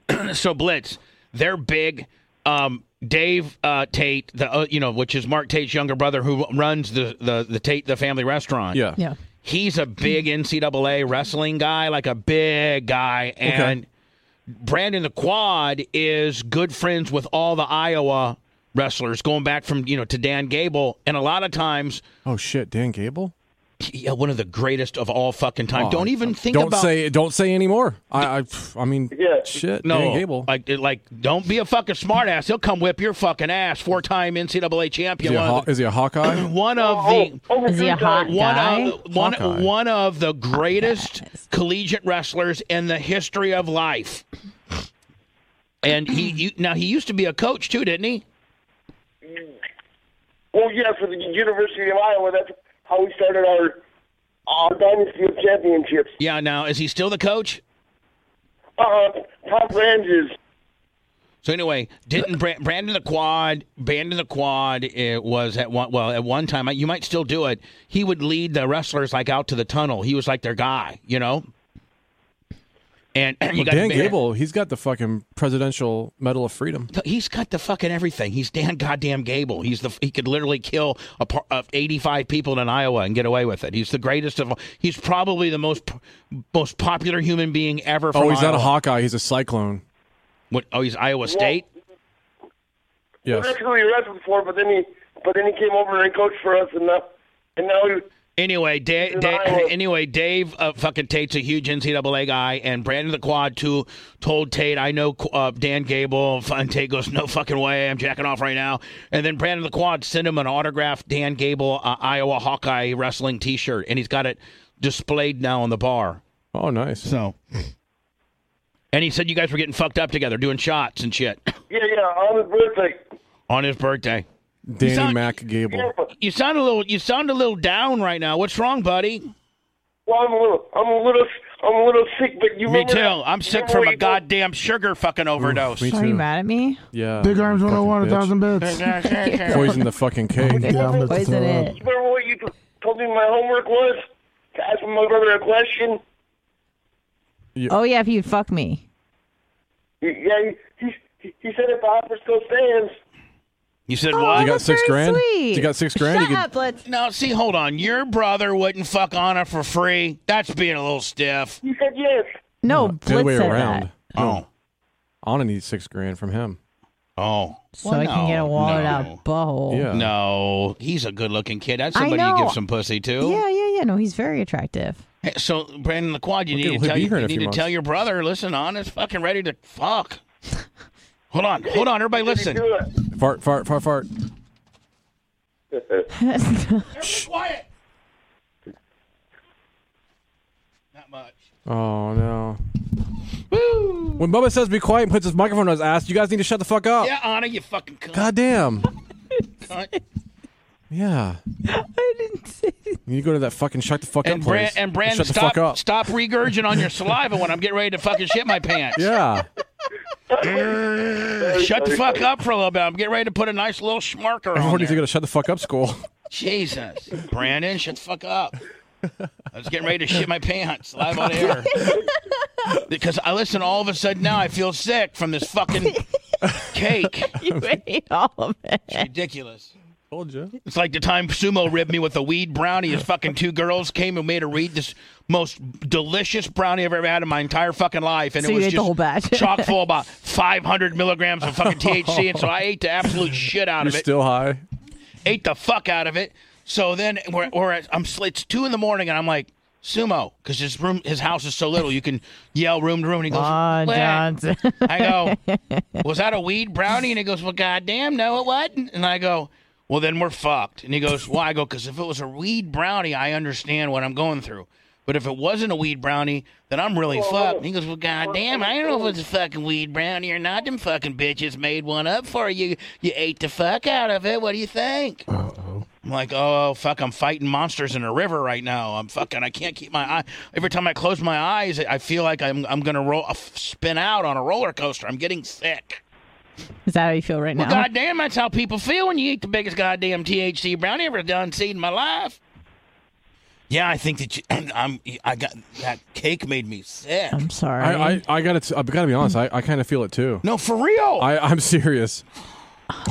S5: that.
S1: So Blitz, they're big. Um, Dave uh, Tate, the uh, you know, which is Mark Tate's younger brother, who runs the the, the Tate the family restaurant.
S3: Yeah.
S2: Yeah.
S1: he's a big NCAA wrestling guy, like a big guy, and Brandon the Quad is good friends with all the Iowa wrestlers, going back from you know to Dan Gable, and a lot of times
S3: Oh shit, Dan Gable. Oh,
S1: yeah, one of the greatest of all fucking time. don't even think
S3: don't
S1: about
S3: say don't say anymore. I I, I mean
S5: Yeah.
S3: shit.
S1: no
S3: Danny Gable.
S1: Like it- like don't be a fucking smartass. He'll come whip your fucking ass. Four time NCAA
S3: Is
S1: champion.
S3: he, a,
S1: One
S3: Haw-
S1: of the,
S3: is he a Hawkeye?
S1: one of the
S5: Oh,
S2: Is he a hot
S1: one
S2: guy?
S1: of one,
S3: Hawkeye.
S1: one of the greatest collegiate wrestlers in the history of life. And he you, now he used to be a coach too, didn't he?
S6: Well, yeah, for the University of Iowa, that's how we started our our dynasty of championships.
S1: Yeah. Now is he still the coach?
S6: Uh, Tom Brands is
S1: So anyway, didn't Bra- Brandon the Quad? Brandon the Quad it was at one. Well, at one time you might still do it. He would lead the wrestlers like out to the tunnel. He was like their guy, you know. And you got
S3: Dan Gable, he's got the fucking presidential medal of freedom.
S1: He's got the fucking everything. He's Dan goddamn Gable. He's the he could literally kill a par, uh, 85 people in Iowa and get away with it. He's the greatest of all. He's probably the most p- most popular human being ever. From
S3: Oh, he's not a
S1: Iowa.
S3: Hawkeye, he's a cyclone.
S1: What, oh, he's Iowa State.
S3: Yes.
S6: that's who he wrestled for. But then he but then he came over and coached for us, and now and now he,
S1: Anyway, da-
S6: In
S1: Da-
S6: Iowa.
S1: anyway, Dave uh, fucking Tate's a huge NCAA guy, and Brandon the Quad too told Tate, "I know uh, Dan Gable." And Tate goes, "No fucking way, I'm jacking off right now." And then Brandon the Quad sent him an autographed Dan Gable uh, Iowa Hawkeye wrestling T-shirt, and he's got it displayed now on the bar.
S3: Oh, nice.
S1: So, and he said you guys were getting fucked up together, doing shots and shit
S6: yeah yeah on his birthday.
S1: on his birthday.
S3: Danny
S1: not-
S3: Mac Gable.
S1: You sound a little, you sound a little down right now. What's wrong, buddy?
S6: Well, I'm a little I'm a little I'm a little sick, but you
S1: Me
S6: remember
S1: too.
S6: that-
S1: I'm
S6: you
S1: sick
S6: remember
S1: from
S6: when
S1: a
S6: you go-
S1: goddamn sugar fucking overdose.
S3: Me
S2: Are you
S3: too.
S2: mad at me?
S3: Yeah.
S4: Big Arms 101,
S3: Fucking bitch.
S4: 1,000 bits.
S3: Poison the fucking cake.
S4: Yeah, I'm about to
S2: Poison
S4: throw
S2: it.
S4: up.
S6: You remember what you t- told me my homework was to ask my brother a question.
S2: Oh yeah, if you'd fuck me.
S6: He- Yeah, he he, he said if the offer still stands.
S1: You said
S2: Oh,
S1: what?
S3: You got
S2: that's
S3: six
S2: very
S3: grand?
S2: Sweet.
S3: You got six grand?
S2: Shut
S3: You could-
S2: up, let's.
S1: Now, see, hold on. Your brother wouldn't fuck Anna for free. That's being a little stiff.
S6: He said yes.
S2: No,
S3: The other
S2: Blitz
S3: way
S2: said
S3: around.
S2: that.
S1: Oh,
S3: Anna needs six grand from him.
S1: oh.
S2: So
S1: Well,
S2: I can get a
S1: no,
S2: wallet
S1: no.
S2: out butthole.
S3: Yeah.
S1: Oh, No, he's a good-looking kid. That's
S2: I
S1: somebody you
S2: know.
S1: give some pussy to.
S2: Yeah, yeah, yeah. No, he's very attractive.
S1: Hey, So, Brandon the Quad, you
S3: Well,
S1: need
S3: he'll
S1: to tell
S3: be
S1: you,
S3: here in
S1: you
S3: a
S1: need
S3: few
S1: to tell
S3: months.
S1: your brother. Listen, Anna's fucking ready to fuck. hold on, hold on, everybody, listen.
S6: Do it.
S3: Fart, fart, fart, fart.
S1: Quiet. Not much.
S3: Oh, no. When Bubba says be quiet and puts his microphone on his ass, you guys need to shut the fuck up.
S1: Yeah, Anna, you fucking cunt.
S3: God damn.
S1: cunt.
S3: Yeah.
S2: I didn't say
S3: You go to that fucking shut the fuck
S1: And
S3: up
S1: Brand,
S3: place.
S1: and Brandon,
S3: shut the fuck
S1: stop,
S3: up.
S1: stop regurging on your saliva when I'm getting ready to fucking shit my pants.
S3: Yeah.
S1: Shut the fuck up for a little bit. I'm getting ready to put a nice little schmarker on
S3: Everyone needs
S1: there.
S3: to go to shut the fuck up school.
S1: Jesus, Brandon, shut the fuck up. I was getting ready to shit my pants live on air because I listen. All of a sudden now, I feel sick from this fucking cake.
S2: you ate all of it.
S1: Ridiculous.
S3: Told you.
S1: It's like the time Sumo ribbed me with a weed brownie. His fucking two girls came and made her read this most delicious brownie I've ever had in my entire fucking life, and
S2: So
S1: it
S2: you
S1: was
S2: ate the
S1: just
S2: whole batch.
S1: chock full of about 500 milligrams of fucking THC, and so I ate the absolute shit out
S3: You're
S1: of it.
S3: still high.
S1: ate the fuck out of it. So then we're, we're at, I'm sl- it's two in the morning and I'm like sumo because his room his house is so little you can yell room to room and he goes
S2: Oh,
S1: "What?"
S2: Johnson.
S1: I go was that a weed brownie and he goes well goddamn no it wasn't and I go well then we're fucked and he goes why I go because if it was a weed brownie I understand what I'm going through. But if it wasn't a weed brownie, then I'm really fucked. And he goes, Well, goddamn, I don't know if it's a fucking weed brownie or not. Them fucking bitches made one up for you. You ate the fuck out of it. What do you think? I'm like, oh fuck, I'm fighting monsters in a river right now. I'm fucking, I can't keep my eye. Every time I close my eyes, I feel like I'm I'm gonna roll, uh, spin out on a roller coaster. I'm getting sick.
S2: Is that how you feel right
S1: Well,
S2: now?
S1: goddamn, that's how people feel when you eat the biggest goddamn THC brownie ever done seen in my life. Yeah, I think that you, I'm. I got that cake made me sick.
S2: I'm sorry.
S3: I, I, I gotta, t- I gotta be honest. I, I kind of feel it too.
S1: No, for real.
S3: I, I'm serious.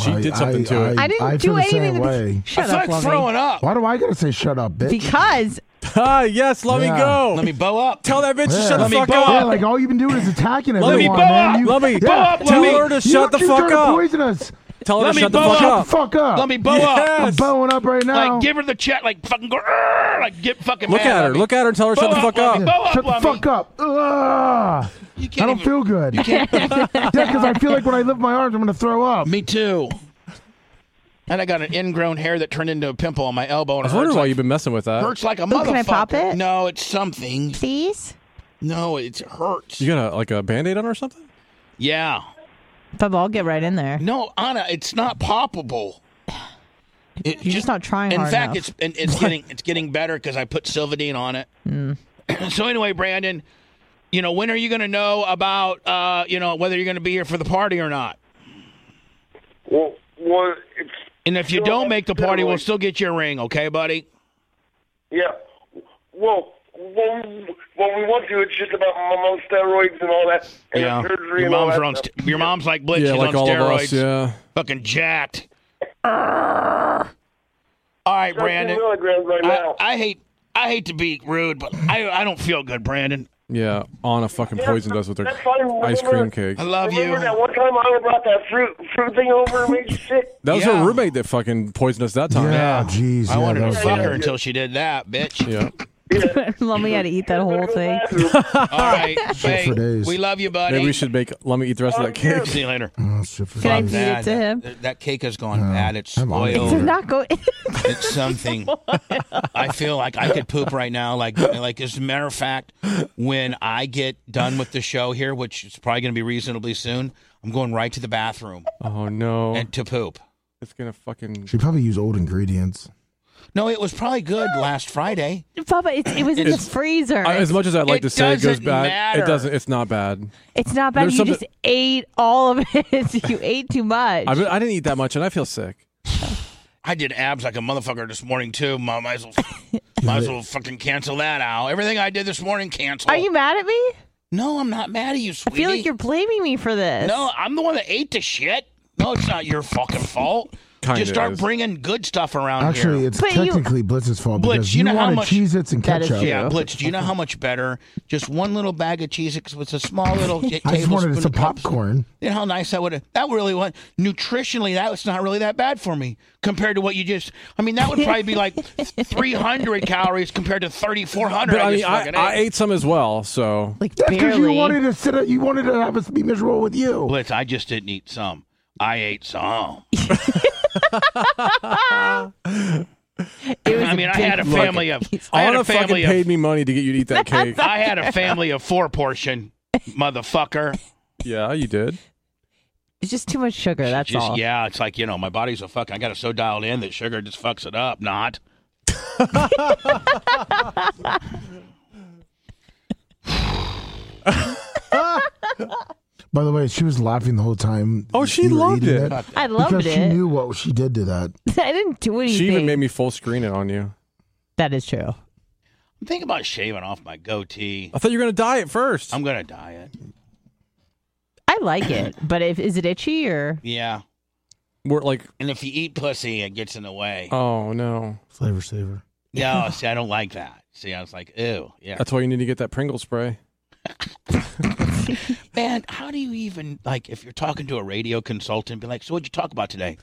S3: She
S4: I-
S3: did something
S4: I-
S3: to it.
S2: I didn't
S4: I
S2: do
S4: feel the same
S2: anything. to the-
S4: way.
S1: I
S2: Shut
S1: feel
S2: up,
S1: like
S2: Lummy.
S1: throwing up.
S4: Why do I gotta say shut up, bitch?
S2: Because
S3: Ah, yes. Let me
S4: Yeah.
S3: go.
S1: Let me bow up.
S3: tell that bitch to
S4: Yeah.
S3: shut the
S4: Let me
S3: fuck
S1: blow
S3: up.
S4: Yeah, like all you've been doing is attacking
S3: Let me
S4: everyone,
S3: blow
S4: man.
S3: up.
S4: You,
S3: Let me
S4: yeah,
S3: blow up.
S4: you-
S3: Tell her to
S4: you
S3: shut the
S4: keep
S3: fuck
S4: trying to
S3: up.
S4: Poison us.
S3: telling
S1: Let
S3: her
S1: me
S3: shut the
S1: bow
S3: fuck
S1: up.
S3: up.
S4: Fuck up.
S1: Let me bow
S3: Yes.
S1: up.
S4: I'm bowing up right now.
S1: Like, give her the check. Like, fucking go. "Arr!" Like, get fucking.
S3: Look
S1: mad
S3: at her.
S1: me.
S3: Look at her and tell her
S1: Bow
S3: shut the fuck
S1: Lummi.
S3: up.
S1: Bow up,
S4: Shut the
S1: Lummi.
S4: fuck up. Ugh.
S1: You can't
S4: I don't
S1: even-
S4: feel good. yeah, because I feel like when I lift my arms, I'm going to throw up.
S1: Me too. And I got an ingrown hair that turned into a pimple on my elbow, and it
S3: I was
S1: hurts
S3: wondering why
S1: like,
S3: you've been messing with that.
S1: hurts like a motherfucker.
S2: Ooh, can I pop it?
S1: No, it's something.
S2: Please?
S1: No, it hurts.
S3: You got a like a band-aid on her or something?
S1: yeah.
S2: Bubba, I'll get right in there.
S1: No, Anna, it's not poppable. It
S2: You're just not trying
S1: In
S2: hard
S1: fact,
S2: enough.
S1: it's and it's getting it's getting better because I put Silvadine on it.
S2: Hmm.
S1: so anyway, Brandon, you know when are you going to know about uh, you know whether you're going to be here for the party or not?
S6: Well, well, it's
S1: And if you
S6: Sure,
S1: don't make the party, we'll
S6: definitely.
S1: still get you a ring, okay, buddy?
S6: yeah. Well, well, we- well, we want to. It's just about I'm on steroids and all that. And surgery
S1: Your
S6: and all
S1: mom's
S6: that
S1: are on.
S6: stuff.
S1: St- your mom's like Blitz.
S3: yeah,
S1: she's
S3: like
S1: on
S3: all
S1: steroids.
S3: of us. Yeah.
S1: Fucking jacked.
S6: Ah.
S1: Arrgh. All right,
S6: Thirteen
S1: Brandon.
S6: milligrams right
S1: I,
S6: now.
S1: I hate. I hate to be rude, but I I don't feel good, Brandon.
S3: Yeah. Anna fucking poisoned us with her
S6: That's fine.
S3: ice cream
S6: Remember-
S3: cake.
S1: I love
S6: Remember
S1: you.
S6: that one time I brought that fruit fruit thing over and made you sick?
S3: That was
S1: Yeah.
S3: her roommate that fucking poisoned us that time.
S4: Yeah, jeez.
S1: I
S4: yeah,
S1: wanted
S4: that
S1: to
S4: was
S1: fuck
S4: bad.
S1: her until she did that, bitch.
S3: Yeah.
S2: Lummy had to eat that whole thing.
S1: All right, hey,
S4: for days.
S1: we love you, buddy.
S3: Maybe we should make let me eat the rest of that cake.
S1: See you later.
S3: Mm,
S4: Oh, shit for
S2: Can I
S4: days.
S2: feed it
S1: Bad.
S2: to him?
S1: That, that cake has gone bad. It's
S4: I'm on it.
S2: It's
S1: spoiled.
S2: not going.
S1: It's something. I feel like I could poop right now. Like, like as a matter of fact, when I get done with the show here, which is probably going to be reasonably soon, I'm going right to the bathroom
S3: Oh no.
S1: and to poop.
S3: it's gonna fucking
S4: She probably used old ingredients.
S1: No, it was probably good last Friday.
S2: Bubba, it's, it was in the
S3: It's-
S2: freezer.
S3: I, as much as I'd like
S1: It
S3: to say it goes
S1: doesn't
S3: bad,
S1: matter.
S3: it doesn't it's not bad.
S2: it's not bad.
S3: there's
S2: You
S3: something-
S2: just ate all of it. you ate too much.
S3: I, mean, I didn't eat that much and I feel sick.
S1: I did abs like a motherfucker this morning too. Might might as well, might as well fucking cancel that out. Everything I did this morning canceled.
S2: Are you mad at me?
S1: No, I'm not mad at you,
S2: I
S1: sweetie.
S2: feel like you're blaming me for this.
S1: No, I'm the one that ate the shit. No, it's not your fucking fault.
S3: Kinda
S1: Just start
S3: is.
S1: bringing good stuff around
S4: Actually,
S1: here.
S4: it's
S2: But you-
S4: technically Blitz's fault
S1: Blitz,
S4: because
S1: you
S4: you,
S1: know how
S4: wanted
S1: much-
S4: Cheez-Its and
S2: That is
S4: ketchup.
S2: true.
S1: yeah, Blitz, do you know how much better just one little bag of cheese It was a small little t-
S4: I just
S1: tablespoon
S4: wanted some
S1: of cups.
S4: popcorn.
S1: You know how nice that would have. That really was nutritionally. That was not really that bad for me compared to what you just. I mean, that would probably be like 300 calories compared to 3,400.
S3: But I mean
S1: just
S3: I,
S1: fucking
S3: I ate some as well, so
S2: like
S4: That's because you
S2: barely.
S4: wanted to sit. You wanted to have us be miserable with you.
S1: Blitz, I just didn't eat some. I ate some.
S2: It was
S1: I
S2: a
S1: mean, I
S2: big-
S1: had a family of. I had
S3: Anna
S1: a
S3: fucking
S1: family of
S3: paid me money to get you to eat that cake.
S1: I had a family of four portion, motherfucker.
S3: yeah, you did.
S2: It's just too much sugar. That's
S1: Just
S2: all.
S1: yeah, it's like you know, my body's a fuck. I got it so dialed in that sugar just fucks it up. Not.
S4: By the way, she was laughing the whole time.
S3: Oh, she
S4: you were
S3: loved
S4: eating
S3: it.
S2: I
S4: because
S2: loved
S4: she
S2: it.
S4: knew what she did to that.
S2: I didn't do anything.
S3: She even made me full screen it on you.
S2: That is true.
S1: I'm thinking about shaving off my goatee.
S3: I thought you were gonna die at first.
S1: I'm gonna diet.
S2: I like it, but if, is it itchy or?
S1: Yeah,
S3: we're like,
S1: and if you eat pussy, it gets in the way.
S3: oh no.
S4: Flavor saver.
S1: No, see, I don't like that. See, I was like, ew, yeah.
S3: That's why you need to get that Pringle spray.
S1: Man, how do you even like if you're talking to a radio consultant, be like, so what'd you talk about today?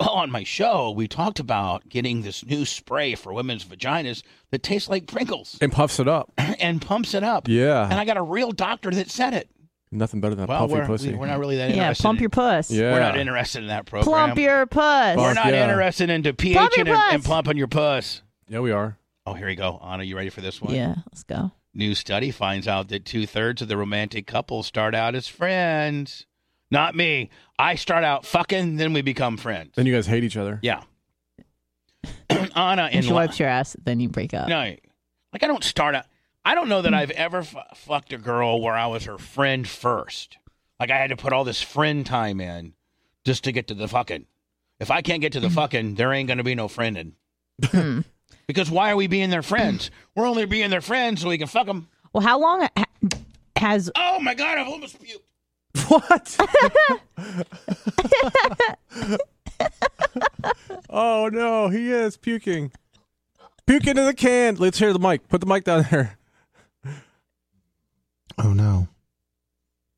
S1: Well, on my show, we talked about getting this new spray for women's vaginas that tastes like Pringles
S3: And puffs it up.
S1: and pumps it up.
S3: Yeah.
S1: And I got a real doctor that said it.
S3: Nothing better than a
S1: Well,
S3: puffy
S1: we're,
S3: pussy.
S1: we're not really that
S2: Yeah,
S1: interested.
S2: plump
S1: in-
S2: your puss.
S3: yeah.
S1: We're not interested in that program.
S2: Plump your puss.
S1: We're
S3: Fuck
S1: not
S3: yeah.
S1: interested into pH
S2: Plump your
S1: and, and
S2: puss.
S1: plumping your puss.
S3: yeah, we are.
S1: Oh, here we go. Anna, you ready for this one?
S2: Yeah, let's go.
S1: New study finds out that two thirds of the romantic couples start out as friends. Not me. I start out fucking, then we become friends.
S3: Then you guys hate each other.
S1: yeah. Anna
S2: And
S1: in
S2: she
S1: li-
S2: wipes your ass, then you break up.
S1: No, like I don't start out. I don't know that I've ever fu fucked a girl where I was her friend first. Like I had to put all this friend time in just to get to the fucking. If I can't get to the
S3: Mm-hmm.
S1: fucking, there ain't gonna be no friending.
S3: Mm.
S1: because why are we being their friends? We're only being their friends so we can fuck them.
S2: Well, how long ha- has?
S1: Oh my god, I've almost puked.
S3: What? oh no, he is puking. Puke into the can. Let's hear the mic. Put the mic down there.
S4: Oh no.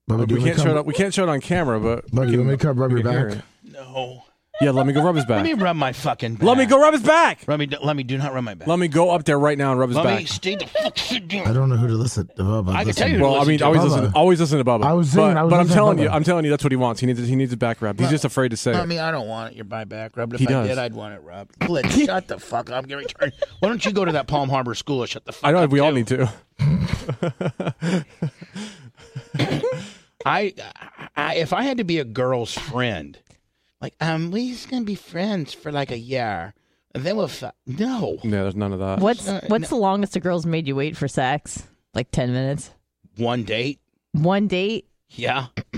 S4: Bubba, do
S3: we
S4: you want me to
S3: can't show it.
S4: come-
S3: On, we can't show it on camera, but
S4: Bubba, you want me to come rub
S3: we
S4: your
S3: can hear
S4: back?
S3: it.
S1: No.
S3: Yeah, let me go rub his back.
S1: Let me rub my fucking back.
S3: Let me go rub his back.
S1: Let me, let me do not rub my back.
S3: Let me go up there right now and rub his
S1: Let
S3: back.
S1: me stay the fuck sit
S4: I
S1: down.
S4: don't know who to listen to. Bubba.
S1: I can
S4: Listen.
S1: tell you-
S3: Well, I
S1: listen
S3: mean,
S1: to
S3: always
S4: Bubba.
S3: listen. Always listen to Bubba.
S4: I was
S3: but,
S4: saying, I was
S3: but I'm
S4: listening to
S3: telling you,
S4: Bubba.
S3: I'm telling you, that's what he wants. He needs, he needs a back rub. He's just afraid to say
S1: I
S3: it.
S1: mean, I don't want your my back rubbed. If
S3: He
S1: I
S3: does.
S1: did, I'd want it rubbed. Glitch, shut the fuck up. I'm gonna return. Why don't you go to that Palm Harbor school and shut the fuck
S3: I know
S1: up?
S3: we all
S1: too?
S3: need to.
S1: I, I, if I had to be a girl's friend, like, um, we just gonna be friends for like a year, and then we'll fuck. No,
S3: Yeah, there's none of that.
S2: What's
S1: Uh,
S2: what's the longest a girl's made you wait for sex? Like ten minutes.
S1: one date.
S2: One date,
S1: Yeah,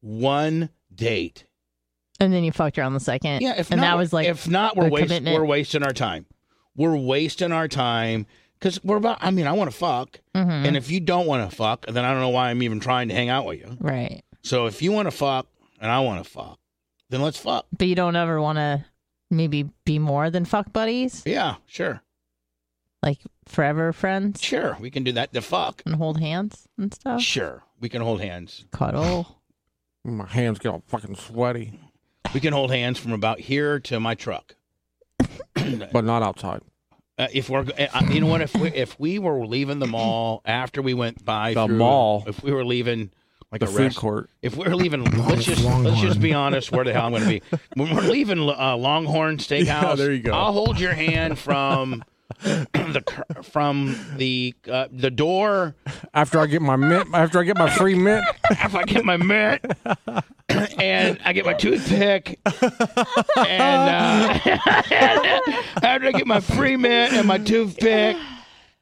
S1: one date.
S2: and then you fucked her on the second.
S1: Yeah, if
S2: and
S1: not,
S2: that was like
S1: if not, we're
S2: a
S1: wasting
S2: commitment.
S1: we're wasting our time. We're wasting our time because we're about. I mean, I want to fuck,
S2: Mhm.
S1: and if you don't want to fuck, then I don't know why I'm even trying to hang out with you.
S2: right,
S1: So if you want to fuck and I want to fuck, then let's fuck.
S2: but you don't ever want to maybe be more than fuck buddies,
S1: Yeah, sure,
S2: like forever friends
S1: sure, we can do that. The fuck,
S2: and hold hands and stuff,
S1: sure, we can hold hands.
S2: cuddle.
S3: My hands get all fucking sweaty,
S1: We can hold hands from about here to my truck.
S3: but not outside.
S1: Uh, if we're, uh, you know what? If we if we were leaving the mall after we went by
S3: The
S1: through-
S3: mall.
S1: if we were leaving like
S3: The
S1: a
S3: food
S1: rest-
S3: court.
S1: if we're leaving, let's just let's just be honest. Where the hell I'm going to be when we're leaving uh, Longhorn Steakhouse?
S3: Yeah, there you go.
S1: I'll hold your hand from the cur- from the uh, the door
S3: After I get my mint, after I get my free mint,
S1: if I get my mitt and I get my toothpick and uh, after I get my free mitt and my toothpick,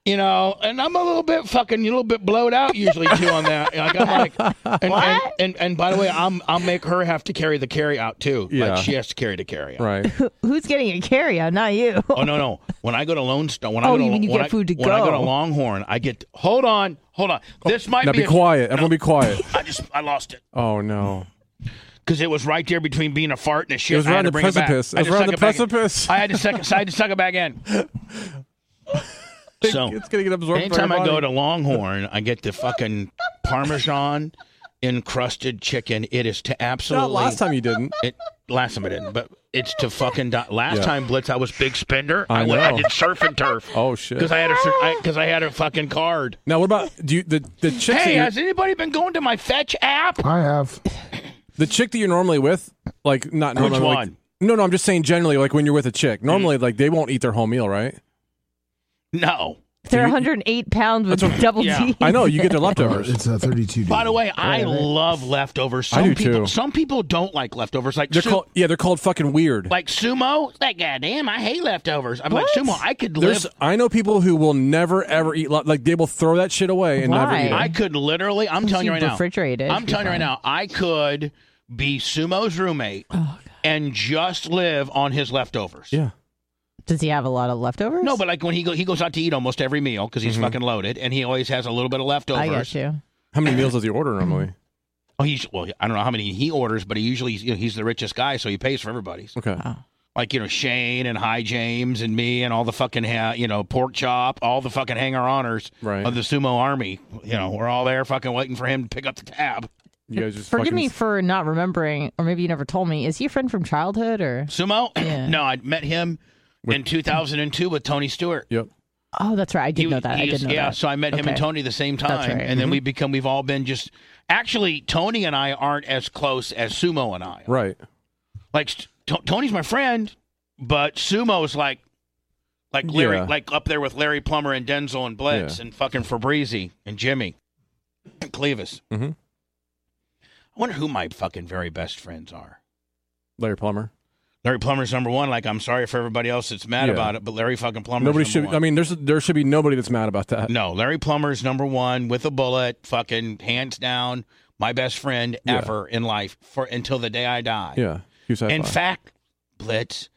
S1: you know, and I'm a little bit fucking, a little bit blowed out usually too on that. Like I'm like, and, and, and, and by the way, I'm I'll make her have to carry the carry out too.
S3: Yeah.
S1: Like she has to carry the carry out.
S3: right?
S2: Who's getting a carry out? Not you.
S1: Oh no no! When I go to Lone Star, when I
S2: Oh,
S1: go to
S2: you mean you
S1: when
S2: get
S1: I-
S2: food to
S1: when I go
S2: go.
S1: to Longhorn, I get hold on, hold on. This might
S3: Now
S1: be,
S3: be
S1: a-
S3: quiet. Everyone, be quiet.
S1: I just I lost it.
S3: Oh no.
S1: because it was right there between being a fart and a shit.
S3: was
S1: I
S3: right
S1: had
S3: on
S1: to
S3: the
S1: bring it back.
S3: precipice. It
S1: I
S3: was
S1: just
S3: right
S1: suck
S3: on the
S1: back in.
S3: precipice.
S1: I had to suck. so I had to suck it back in. So
S3: It's gonna get absorbed. by
S1: anytime
S3: your
S1: I go
S3: body.
S1: to Longhorn, I get the fucking Parmesan encrusted chicken. It is to absolutely.
S3: not last time you didn't.
S1: It, last time I didn't, but it's to fucking. Die. Last
S3: Yeah.
S1: time Blitz, I was big spender.
S3: I
S1: I, went, I
S3: know.
S1: did surf and turf.
S3: Oh shit.
S1: Because I had a because I, had a fucking card.
S3: Now what about do you, the the chick
S1: Hey,
S3: that
S1: has
S3: you're,
S1: anybody been going to my fetch app?
S4: I have.
S3: the chick that you're normally with? Like not normally. like-
S1: one? Mm.
S3: no, no. I'm just saying generally, like when you're with a chick, normally like they won't eat their whole meal, right?
S1: No.
S2: They're 108 pounds with double
S1: yeah.
S2: D.
S3: I know you get their leftovers.
S4: It's a 32.
S1: By the way, I love leftovers. Some
S3: do
S1: people,
S3: too.
S1: Some people don't like leftovers. Like
S3: They're
S1: su-
S3: called yeah. They're called fucking weird.
S1: like sumo. Like goddamn, I hate leftovers. I'm like sumo. I could
S3: There's
S1: live.
S3: I know people who will never ever eat le- like they will throw that shit away and never
S2: Why?
S3: eat it.
S1: I could literally. I'm telling you
S2: you
S1: right now.
S2: refrigerate it,
S1: I'm
S2: it'd
S1: telling you right now. I could be sumo's roommate and just live on his leftovers.
S3: Oh, yeah.
S2: Does he have a lot of leftovers?
S1: No, but like when he go, he goes out to eat almost every meal because
S3: Mm-hmm.
S1: he's fucking loaded, and he always has a little bit of leftovers.
S2: I got you.
S3: How many meals does he order normally?
S1: Oh, he's well. I don't know how many he orders, but he usually you know, he's the richest guy, so he pays for everybody's.
S3: Okay.
S1: like you know Shane and High James and me and all the fucking ha- you know pork chop, all the fucking hanger honors
S3: Right.
S1: of the sumo army. You know, we're all there fucking waiting for him to pick up the tab.
S3: You guys just
S2: Forgive
S3: fucking-
S2: me for not remembering, or maybe you never told me. Is he a friend from childhood or?
S1: Sumo?
S2: Yeah.
S1: no, I met him in 2002 with Tony Stewart.
S3: Yep.
S2: Oh, that's right. I did
S1: He
S2: know
S1: was-
S2: that.
S1: he
S2: I did
S1: is-
S2: know
S1: yeah,
S2: that.
S1: so I met him and
S2: Okay.
S1: Tony the same time,
S2: That's right. Mm-hmm.
S1: and then we become we've all been just actually Tony and I aren't as close as Sumo and I. are.
S3: Right.
S1: Like st- To- Tony's my friend, but Sumo's like like Larry,
S3: Yeah.
S1: like up there with Larry Plummer and Denzel and Blitz
S3: Yeah.
S1: and fucking Fabrizi and Jimmy and Clevis.
S3: Mhm.
S1: I wonder who my fucking very best friends are.
S3: Larry Plummer.
S1: Larry Plummer's number one. Like, I'm sorry for everybody else that's mad
S3: Yeah.
S1: about it, but Larry fucking Plummer's
S3: Nobody
S1: number
S3: should.
S1: one.
S3: I mean, there's there should be nobody that's mad about that.
S1: No, Larry Plummer's number one with a bullet, fucking hands down, my best friend
S3: Yeah.
S1: ever in life for until the day I die.
S3: Yeah. Huge high
S1: In
S3: five.
S1: fact, Blitz,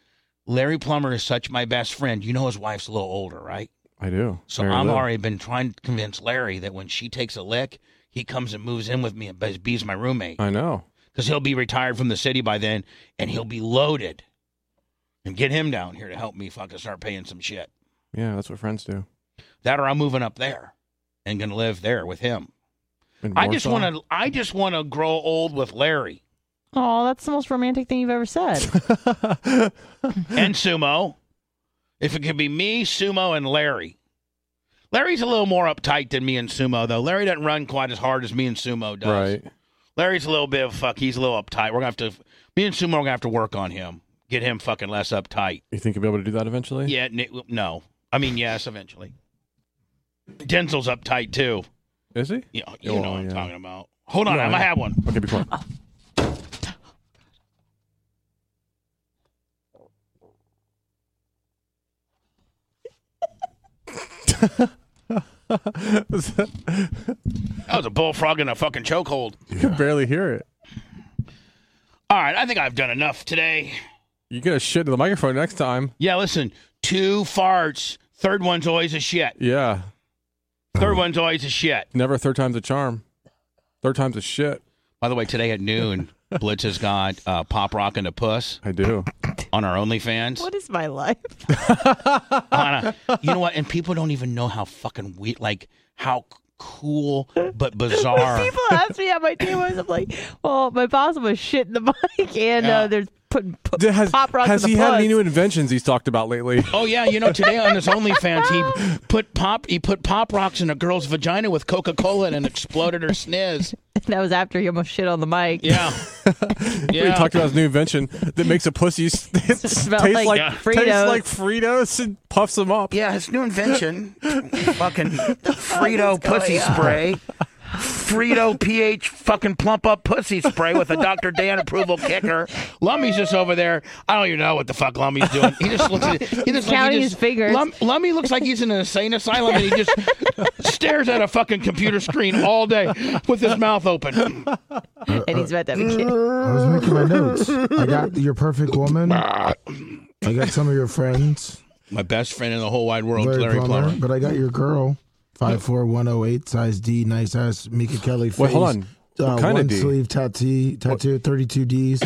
S1: Larry Plummer is such my best friend. You know his wife's a little older, right?
S3: I do.
S1: So
S3: Very
S1: I'm
S3: little.
S1: already been trying to convince Larry that when she takes a lick, he comes and moves in with me and bes- be's my roommate
S3: I know.
S1: because he'll be retired from the city by then and he'll be loaded. And get him down here to help me fucking start paying some shit.
S3: Yeah, that's what friends do.
S1: That or I'm moving up there and gonna live there with him.
S3: In
S1: I just
S3: Warsaw.
S1: want to. I just want to grow old with Larry.
S2: Oh, that's the most romantic thing you've ever said.
S1: and Sumo. If it could be me, Sumo, and Larry. Larry's a little more uptight than me and Sumo, though. Larry doesn't run quite as hard as me and Sumo does.
S3: Right.
S1: Larry's a little bit of fuck. He's a little uptight. We're going to have to, me and Sumo are going to have to work on him, get him fucking less uptight.
S3: You think you'll be able to do that eventually?
S1: Yeah, n- no. I mean, yes, eventually. Denzel's uptight, too.
S3: Is he?
S1: You know, you
S3: Oh,
S1: know what I'm
S3: yeah.
S1: talking about. Hold on,
S3: Yeah,
S1: I'm going
S3: I-
S1: to have one.
S3: Okay, be quiet.
S2: Ah.
S1: That was a bullfrog in a fucking chokehold.
S3: You can barely hear it.
S1: All right, I think I've done enough today.
S3: You get a shit to the microphone next time.
S1: Yeah, listen, two farts. Third one's always a shit.
S3: Yeah.
S1: Third one's always a shit.
S3: Never third time's a charm. Third time's a shit.
S1: By the way, today at noon, Blitz has got uh, Pop Rock and a Puss
S3: I do.
S1: on our OnlyFans.
S2: what is my life?
S1: Anna, you know what? And people don't even know how fucking we like how cool but bizarre.
S2: People ask me how my day was. I'm like, well, my boss was shit in the mic, and
S1: Yeah.
S2: uh, they're putting p-
S3: D- Has,
S2: pop rocks
S3: has
S2: in
S3: he
S2: the
S3: had any
S2: puss.
S3: new inventions he's talked about lately?
S1: Oh yeah, you know today on his OnlyFans he put pop he put pop rocks in a girl's vagina with Coca Cola and it exploded her sniz.
S2: That was after he almost shit on the mic.
S1: Yeah,
S3: He
S1: yeah.
S3: talked about his new invention that makes a pussy s- taste
S2: Smell
S3: like,
S2: like
S3: tastes
S2: Fritos.
S3: like Fritos and puffs them up.
S1: Yeah, his new invention, fucking Frito pussy spray, Frito pH fucking plump up pussy spray with a Dr. Dan approval kicker. Lummy's just over there. I don't even know what the fuck Lummy's doing. He just looks. At, he just
S2: Counting
S1: like, he
S2: his
S1: just-
S2: fingers.
S1: Lum, Lummy looks like he's in an insane asylum and he just stares at a fucking computer screen all day with his mouth open.
S2: and he's about to have a kid.
S4: I was making my notes. I got your perfect woman. I got some of your friends.
S1: My best friend in the whole wide world,
S4: Larry,
S1: Oh, Larry
S4: Plummer,
S1: Plummer.
S4: But I got your girl. Five four one oh eight size D, nice ass Mika Kelly. Face,
S3: Wait, hold on. What
S4: Uh,
S3: kind of
S4: one
S3: D?
S4: sleeve tattoo, tattoo, thirty two Ds,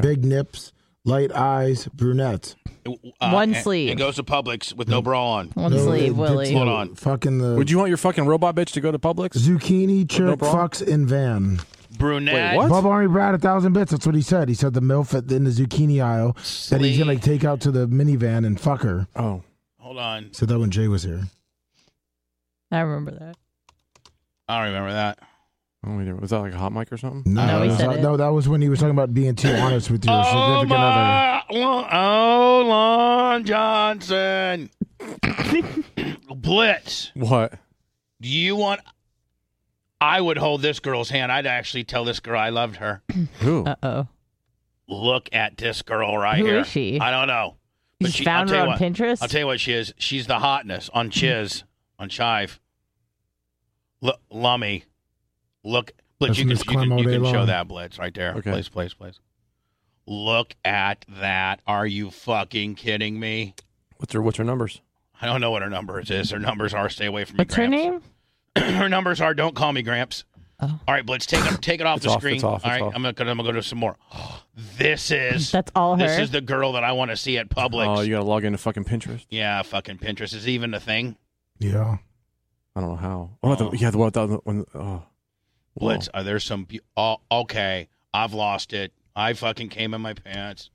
S4: big nips, light eyes, brunette.
S1: Uh,
S2: One
S1: and-
S2: sleeve.
S1: And goes to Publix with no bra on.
S2: One sleeve,
S4: it-
S2: Willie.
S4: it's-
S1: Hold on.
S4: Fucking the
S3: Would you want your fucking robot bitch to go to Publix?
S4: zucchini
S3: no
S4: chick
S3: bra?
S4: fucks in van.
S1: Brunette.
S3: Wait, what?
S4: Bob Army Brad, a thousand bits. That's what he said. He said the milf at- in the zucchini aisle that he's gonna
S1: Sleeve.
S4: take out to the minivan and fuck her.
S3: Oh,
S1: Hold on.
S4: Said that when Jay was here.
S2: I remember that.
S1: I don't remember that.
S3: oh wait, was that like a hot mic or something?
S2: No, he
S4: that was-
S2: said it.
S4: no, that was when he was talking about being too honest with your
S1: Oh,
S4: significant other.
S1: my, Lon- oh, Lon Johnson. Blitz,
S3: What?
S1: do you want. I would hold this girl's hand. I'd actually tell this girl I loved her.
S3: Who?
S2: Uh oh.
S1: Look at this girl right
S2: Who
S1: here.
S2: is she?
S1: I don't know. But
S2: You just
S1: she- I'll
S2: found her
S1: tell
S2: on
S1: you what.
S2: Pinterest?
S1: I'll tell you what she is. She's the hotness on Chiz, on Chive. L- Lummy. Look. Blitz,
S4: That's
S1: you can,
S4: Miss
S1: you
S4: Clem
S1: can,
S4: all
S1: you
S4: day
S1: can show
S4: long.
S1: that, Blitz, right there.
S3: Okay.
S1: Please, please, please. Look at that. Are you fucking kidding me?
S3: What's her? What's her numbers?
S1: I don't know what her numbers is. Her numbers are stay away from
S2: What's
S1: me.
S2: her
S1: Gramps.
S2: name?
S1: her numbers are don't call me Gramps.
S2: Oh.
S1: All right, Blitz, take it, take it off
S3: It's
S1: the
S3: off,
S1: screen.
S3: it's off,
S1: All
S3: it's
S1: right,
S3: off.
S1: I'm gonna, I'm gonna go to some more. This is
S2: That's all her.
S1: this is the girl that I want to see at Publix.
S3: Oh, you gotta log into fucking Pinterest.
S1: yeah, fucking Pinterest is even a thing.
S4: Yeah.
S3: I don't know how. Oh,
S1: Oh.
S3: The, yeah, the one. The, one oh.
S1: Blitz, are there some? be- Oh, okay, I've lost it. I fucking came in my pants.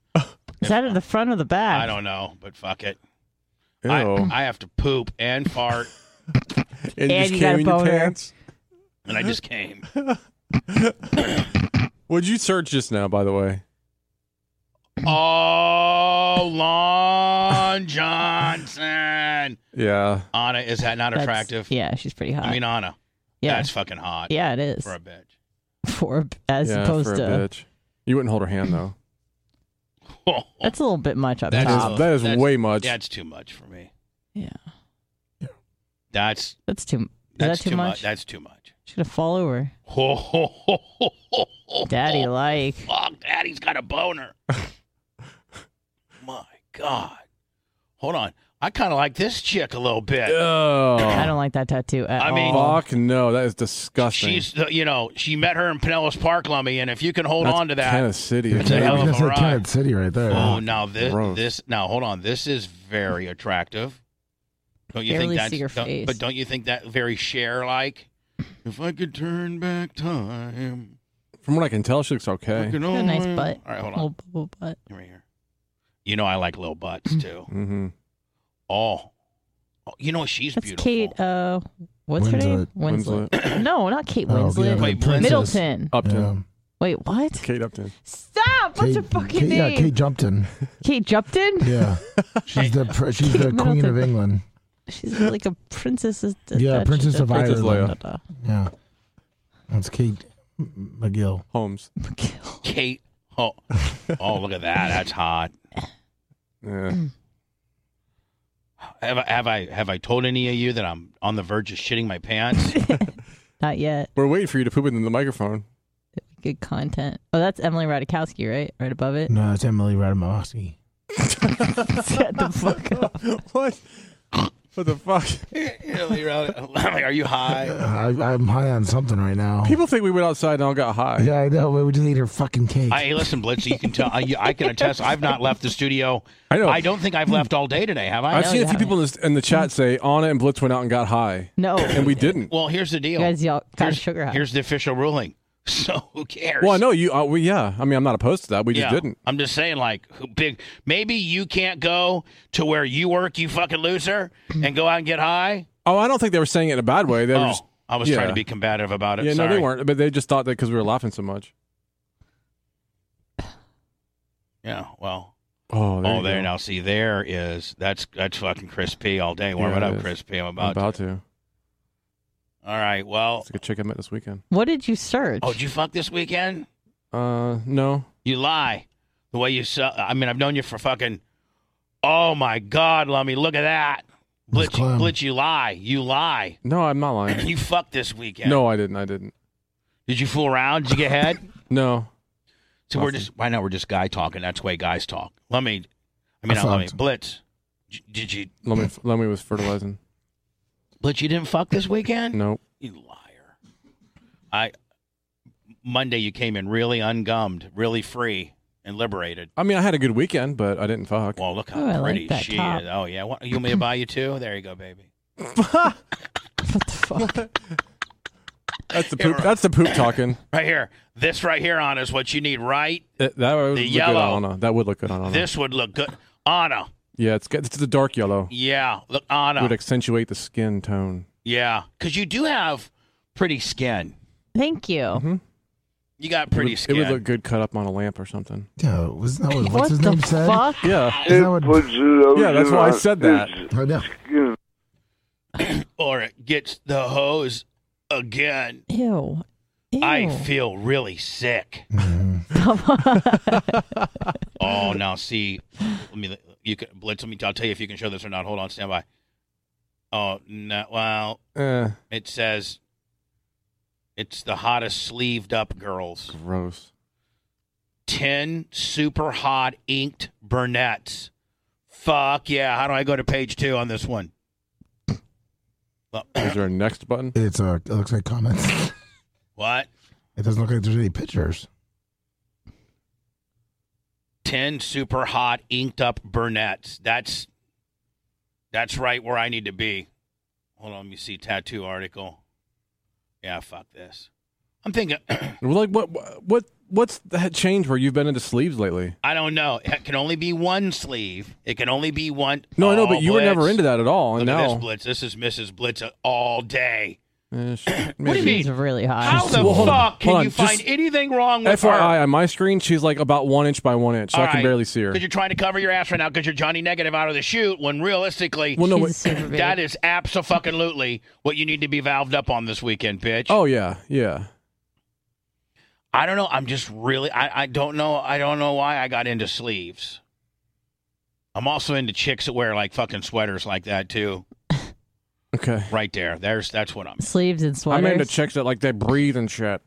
S2: is that at the front or the back?
S1: I don't know, but fuck it.
S3: Ew.
S1: I, I have to poop and fart,
S2: And
S3: and just
S2: you got
S3: came
S2: a
S3: in your
S2: boner.
S3: pants.
S1: and I just came.
S3: Would you search just now? By the way,
S1: Oh, Lon Johnson.
S3: yeah.
S1: Anna, is that not
S2: That's-
S1: attractive?
S2: Yeah, she's pretty hot.
S1: I mean, Anna,
S2: yeah.
S1: that's fucking hot
S2: yeah, it is.
S1: for a bitch.
S2: For a- as
S3: yeah,
S2: opposed
S3: for a
S2: to.
S3: bitch. You wouldn't hold her hand though.
S2: That's a little bit much up
S1: That
S3: That
S1: is-
S3: is,
S2: top.
S3: that is
S1: that's-
S3: way much.
S1: That's too much for me.
S2: yeah.
S1: That's
S2: That's too. Is
S1: that's
S2: that too,
S1: mu-
S2: much?
S1: That's too much.
S2: She's gonna fall over.
S1: Ho, ho, ho, ho, ho, ho,
S2: Daddy,
S1: ho.
S2: like.
S1: Oh, Fuck, Daddy's got a boner. My God. Hold on. I kind of like this chick a little bit.
S2: I
S3: Oh,
S2: don't like that tattoo at
S1: I mean-
S2: all.
S3: fuck no, that is disgusting.
S1: She's, the, you know, she met her in Pinellas Park, Lummy, and if you can hold
S3: That's
S1: on to that.
S3: Kansas City.
S1: It's a
S4: I
S1: hell
S4: was
S1: of
S4: gonna
S1: a
S4: say
S1: ride.
S4: Kansas City right there.
S1: Oh, now this,
S3: Gross.
S1: this, now hold on. This is very attractive. Don't you
S2: Barely
S1: think that's,
S2: see her
S1: don't-
S2: face.
S1: but don't you think that very share like? If I could turn back time.
S3: From what I can tell, she looks okay.
S1: You know,
S2: nice
S1: uh,
S2: butt.
S1: All right, hold on.
S2: Little bubble butt.
S1: Give me here. You know I like little butts too.
S3: Mm-hmm.
S1: Oh. oh, you know she's
S2: That's
S1: beautiful.
S2: Kate. Uh, what's her name? Winslet. No, not Kate
S4: Oh,
S2: Winslet.
S4: yeah,
S1: Wait,
S4: princess.
S2: Middleton.
S3: Upton.
S4: Yeah.
S2: Wait, what?
S3: Kate Upton.
S2: Stop! What's her
S4: Kate-
S2: fucking
S4: Kate-
S2: name?
S4: Yeah, Kate Jumpton.
S2: Kate Jupton?
S4: Yeah, she's the pr- she's
S2: Kate
S4: the queen
S2: Middleton.
S4: of England.
S2: She's like a princess. Of the
S4: Yeah,
S2: Dutch-
S4: princess of
S3: Princess
S4: Ireland.
S2: da- da-
S4: Yeah, that's Kate M- McGill.
S3: Holmes.
S2: da.
S1: Kate. Oh, oh, look at that. That's hot.
S3: Yeah.
S1: Have I, have I have I told any of you that I'm on the verge of shitting my pants?
S2: Not yet.
S3: We're waiting for you to poop into the microphone.
S2: Good content. Oh, that's Emily Radikowski, right? Right above it.
S4: No, it's Emily Radomowski.
S2: Shut the fuck up.
S3: what? What the fuck?
S1: You're out- like, are you high?
S4: Uh, I, I'm high on something right now.
S3: People think we went outside and all got high.
S4: Yeah, I know. but We just ate her fucking cake.
S1: I, hey, listen, Blitz. You can tell. I, I can attest. I've not left the studio.
S3: I know.
S1: I don't think I've left all day today. Have I?
S3: I've
S2: know
S3: seen
S2: you
S3: a few people in, this, in the chat say Anna and Blitz went out and got high,
S2: No.
S3: and we didn't.
S1: well, here's the deal.
S2: You guys, y'all got
S1: here's,
S2: sugar high.
S1: here's the official ruling. So who cares?
S3: Well, I know you. Uh, we, yeah, I mean, I'm not opposed to that. We just didn't.
S1: I'm just saying, like, who- big. Maybe you can't go to where you work, you fucking loser, and go out and get high.
S3: Oh, I don't think they were saying it in a bad way. They were
S1: Oh,
S3: just.
S1: I was
S3: yeah.
S1: trying to be combative about it.
S3: Yeah,
S1: Sorry.
S3: no, they weren't. But they just thought that because we were laughing so much.
S1: Yeah, well,
S3: Oh, there
S1: oh,
S3: you
S1: there
S3: go.
S1: now. See, there is that's that's fucking crispy all day. Warm
S3: Yeah,
S1: it
S3: it
S1: up,
S3: is.
S1: crispy. I'm
S3: I'm
S1: about.
S3: about to.
S1: All right. Well.
S3: It's like a chick I met this weekend.
S2: What did you search?
S1: Oh, did you fuck this weekend?
S3: Uh, no.
S1: You lie. The way you sell. I mean, I've known you for fucking. Oh my God, Lummy, look at that.
S4: Let's
S1: Blitz,
S4: climb.
S1: Blitz, you lie. You lie.
S3: No, I'm not lying.
S1: you fucked this weekend.
S3: No, I didn't. I didn't.
S1: Did you fool around? Did you get head?
S3: No.
S1: So we're
S3: Nothing.
S1: just right now we're just guy talking. That's the way guys talk. Let me, I mean,
S4: I
S1: not let me.
S4: fucked.
S1: Blitz, j- did you
S3: Lemmy, Lemmy was fertilizing.
S1: Blitz? You didn't fuck this weekend?
S3: Nope.
S1: You liar! I Monday you came in really ungummed, really free and liberated.
S3: I mean, I had a good weekend, but I didn't fuck.
S1: Well, look how
S2: Oh, I like
S1: pretty
S2: that
S1: she
S2: top.
S1: is. Oh yeah, what, you want me to buy you two? There you go, baby.
S2: What the fuck?
S3: That's the poop. That's the poop talking.
S1: Right here, this right here, Anna is what you need. Right,
S3: That, that would look
S1: yellow.
S3: good on Anna. That would look good on Anna.
S1: this would look good, Anna.
S3: yeah, it's good. It's the dark yellow.
S1: Yeah, look,
S3: It would
S1: Anna.
S3: accentuate the skin tone.
S1: Yeah, because you do have pretty skin.
S2: Thank you.
S1: Mm-hmm. You got
S3: It would-
S1: pretty
S3: it
S1: skin.
S3: would look good cut up on a lamp or something.
S4: Yeah, wasn't that what, what's
S2: what
S4: his
S2: the
S4: name said?
S2: fuck?
S3: Yeah.
S4: Is that what-
S3: Yeah, that's why I said that.
S4: Oh, yeah.
S1: or it gets the hose again.
S2: Ew. Ew.
S1: I feel really sick.
S4: Mm-hmm.
S1: oh, now see, let me. You can blitz. Let me. I'll tell you if you can show this or not. Hold on, stand by. Oh no! Well,
S3: Eh,
S1: it says it's the hottest sleeved up girls.
S3: gross.
S1: Ten super hot inked brunettes. Fuck yeah! How do I go to page two on this one?
S3: Is there a next button?
S4: It's uh, it looks like comments.
S1: What?
S4: It doesn't look like there's any pictures.
S1: 10 super hot inked up brunettes. That's that's right where I need to be. Hold on, let me see tattoo article. Yeah, fuck this. I'm thinking
S3: Well, Like what? What? What's that change where you've been into sleeves lately?
S1: I don't know. It can only be one sleeve. It can only be one
S3: No, I know,
S1: Oh,
S3: but you were
S1: Blitz.
S3: never into that at all,
S1: Look
S3: and
S1: at
S3: now.
S1: this blitz. This is Mrs. Blitz all day.
S3: Eh, sh-
S1: What do
S3: maybe.
S1: you
S2: She's
S1: mean?
S2: really hot.
S1: How the
S3: Well, hold
S1: fuck
S3: on,
S1: can
S3: hold
S1: you
S3: on, just-
S1: find anything wrong with her?
S3: FYI, on my screen, she's like about one inch by one inch, so I
S1: All
S3: can
S1: right.
S3: barely see her.
S1: Because you're trying to cover your ass right now because you're Johnny Negative out of the chute when realistically
S3: Well, no,
S2: She's
S3: wait.
S2: super big.
S1: That is absolutely what you need to be valved up on this weekend, bitch.
S3: Oh yeah, yeah.
S1: I don't know. I'm just really. I, I don't know. I don't know why I got into sleeves. I'm also into chicks that wear like fucking sweaters like that too.
S3: Okay.
S1: Right there. There's that's what I'm.
S2: sleeves and
S3: I'm
S2: sweaters.
S3: into chicks that like they breathe and shit.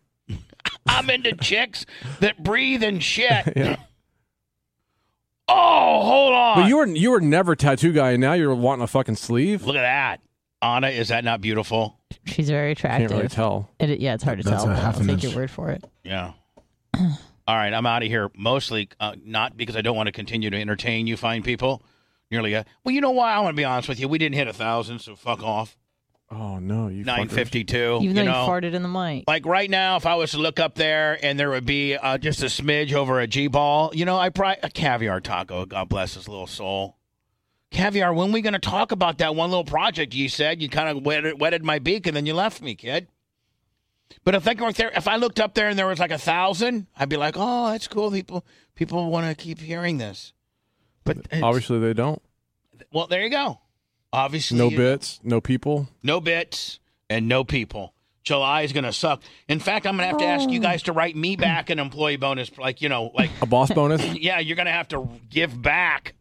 S1: I'm into chicks that breathe and shit.
S3: Yeah.
S1: Oh, hold on.
S3: But you were you were never tattoo guy, and now you're wanting a fucking sleeve.
S1: Look at that, Anna. Is that not beautiful?
S2: She's very attractive.
S3: Can't really tell.
S2: It- yeah, it's hard to
S4: That's
S2: tell.
S4: a
S2: but
S4: half
S2: I'll
S4: an
S2: take
S4: inch.
S2: your word for it.
S1: Yeah. All right, I'm out of here. Mostly uh, not because I don't want to continue to entertain you fine people. Nearly a well, you know why? I want to be honest with you. We didn't hit a thousand, so fuck off.
S3: Oh no, you.
S1: Nine fifty-two.
S2: Even though
S1: Oh, you know,
S2: you, farted in the mic.
S1: like right now, if I was to look up there and there would be uh, just a smidge over a G ball, you know, I probably a caviar taco. God bless his little soul. Caviar. When we going to talk about that one little project you said you kind of wetted, wetted my beak and then you left me, kid? But if I go there, if I looked up there and there was like a thousand, I'd be like, oh, that's cool. People people want to keep hearing this. But it's-
S3: Obviously, they don't.
S1: well, there you go. Obviously,
S3: No
S1: you-
S3: bits, no people.
S1: no bits and no people. July is going to suck. In fact, I'm going to have to ask
S3: Oh.
S1: you guys to write me back an employee bonus. Like, you know, like,
S3: A boss bonus.
S1: yeah, you're going to have to give back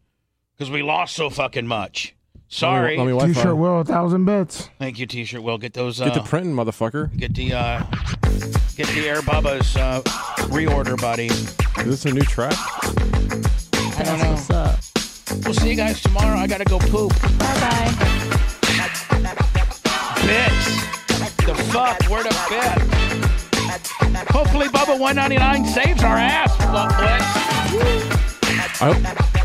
S1: because we lost so fucking much. Sorry.
S3: Let me, let me
S4: T-shirt
S3: Wi-Fi.
S4: will a thousand bits.
S1: Thank you, T-shirt. We'll get those. Uh,
S3: Get to printing, motherfucker.
S1: get the uh, get the Air Bubba's uh, reorder, buddy.
S3: Is this a new track?
S1: I don't know.
S2: That's what's up.
S1: We'll see you guys tomorrow. I gotta go poop.
S2: Bye bye.
S1: Bitch. The fuck? Where the bitch? Hopefully, Bubba 199 saves our ass. Fuck, bitch.
S3: I hope.